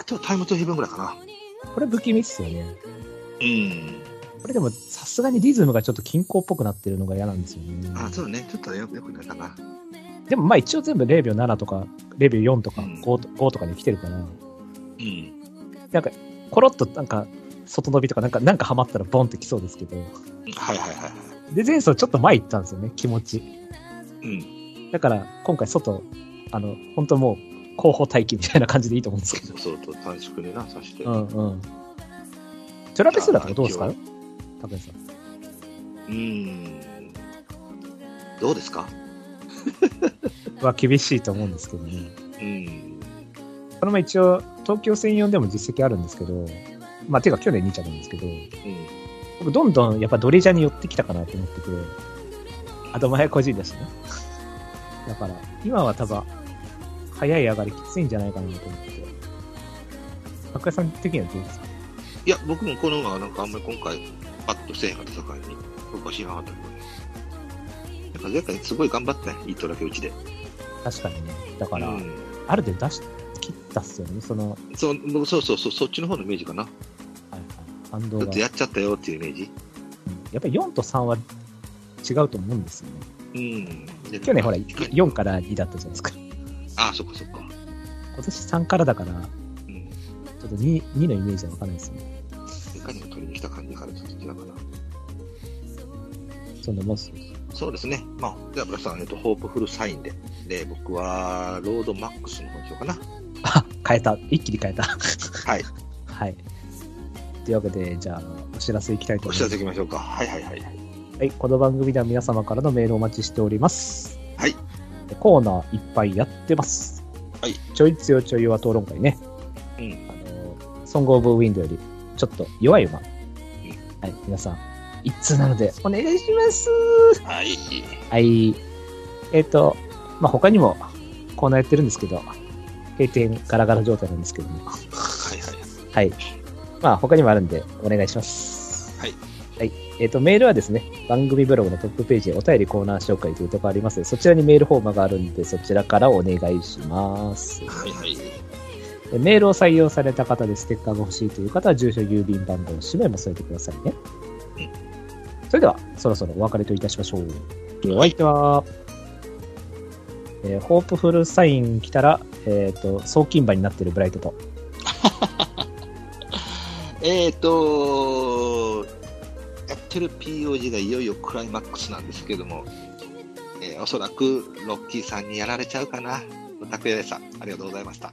Speaker 4: ちょっとタイムトゥーヘブンぐらいかな。
Speaker 3: これ不気味っすよね。
Speaker 4: うん。
Speaker 3: これでも、さすがにリズムがちょっと均衡っぽくなってるのが嫌なんですよね。
Speaker 4: あ、そうね。ちょっとよよくないかな。
Speaker 3: でもまあ一応全部0秒7とか0秒4とか
Speaker 4: うん
Speaker 3: 5と ,5 とかに来てるから、
Speaker 4: うん。
Speaker 3: なんかコロッとなんか外伸びとかなんかなんかハマったらボンってきそうですけど、
Speaker 4: はいはいはいは
Speaker 3: で前走ちょっと前行ったんですよね、気持ち。
Speaker 4: い。うん。
Speaker 3: だから今回外、あの、本当もう後方待機みたいな感じでいいと思うんですけど。
Speaker 4: そうそうと短縮でな、さして。
Speaker 3: う
Speaker 4: うん
Speaker 3: うん。トラベスだとどうです
Speaker 4: い
Speaker 3: か
Speaker 4: や
Speaker 3: 高橋さん。
Speaker 4: ん。どうですか
Speaker 3: は厳しいと思うんですけどね。
Speaker 4: うん。
Speaker 3: このまま一応東京専用でも実績あるんですけど、まあていうか去年2着なんですけど、
Speaker 4: うん。
Speaker 3: 僕どんどんやっぱドリジャに寄ってきたかなと思ってて、あと前個人だしね。だから、今は多分、早い上がりきついんじゃないかなと思ってて。角屋さん的にはどうですか
Speaker 4: いや、僕もこの馬はなんかあんまり今回、パッとせえへんかった境に、僕は知らなかったけどね。なんか前回すごい頑張ったね。一頭だけうちで。
Speaker 3: 確かにね。だから、
Speaker 4: うん
Speaker 3: ある程度出し切ったっすよね。その、
Speaker 4: そう、僕そうそうそう、そっちの方のイメージかな。ち
Speaker 3: 反動
Speaker 4: ょっ
Speaker 3: が。
Speaker 4: と
Speaker 3: や
Speaker 4: やっちゃったよっていうイメージ。
Speaker 3: っぱり4と3は違うと思うんですよね。
Speaker 4: うん。
Speaker 3: 去年ほら、
Speaker 4: いかに
Speaker 3: 4から2だったじゃないですか。
Speaker 4: ああ、そっかそっか。
Speaker 3: 今年3からだから、
Speaker 4: うん。
Speaker 3: ちょっと 2, 2のイメージはわかんないですよね。
Speaker 4: いかにも取りに来た感じからちょっと違うかな。
Speaker 3: そんなもんっすね。
Speaker 4: そうですね。まあ、じゃあ、皆さん、えっと、ホープフルサインで。で、僕は、ロードマックスの方にしようかな。。
Speaker 3: あ、変えた。一気に変えた。はい [laughs] はい。というわけで、じゃあ、お知らせいきたいと
Speaker 4: お
Speaker 3: 思
Speaker 4: 知
Speaker 3: いま
Speaker 4: ら
Speaker 3: す
Speaker 4: せ。いきましょうか。はいはいはい。
Speaker 3: はい、この番組では皆様からのメールをお待ちしております。
Speaker 4: はい。
Speaker 3: コーナーいっぱいやってます。
Speaker 4: はい。
Speaker 3: ちょい強ちょい弱討論会ね。
Speaker 4: うん
Speaker 3: あの、ソングオブウィンドウよりちょっと弱い馬。はい、皆さん、一通なのでお願いします。
Speaker 4: はい。
Speaker 3: はい。えっ、と、まあ、他にもコーナーやってるんですけど、閉店ガラガラ状態なんですけども。
Speaker 4: はいはい。
Speaker 3: はい。まあ、他にもあるんで、お願いします。
Speaker 4: はい。
Speaker 3: はい。えっ、と、メールはですね、番組ブログのトップページでお便りコーナー紹介というところありますので、そちらにメールフォームがあるんで、そちらからお願いします。
Speaker 4: はいはい。
Speaker 3: でメールを採用された方でステッカーが欲しいという方は、住所、郵便番号、氏名も添えてくださいね。それでは、そろそろお別れといたしましょう。お相手は、えーホープフルサイン来たら、えっ、と、送金馬になってるブライトと、
Speaker 4: えっ、ー、と、やってる POG がいよいよクライマックスなんですけども、えーおそらくロッキーさんにやられちゃうかな。おたくやでした。ありがとうございました。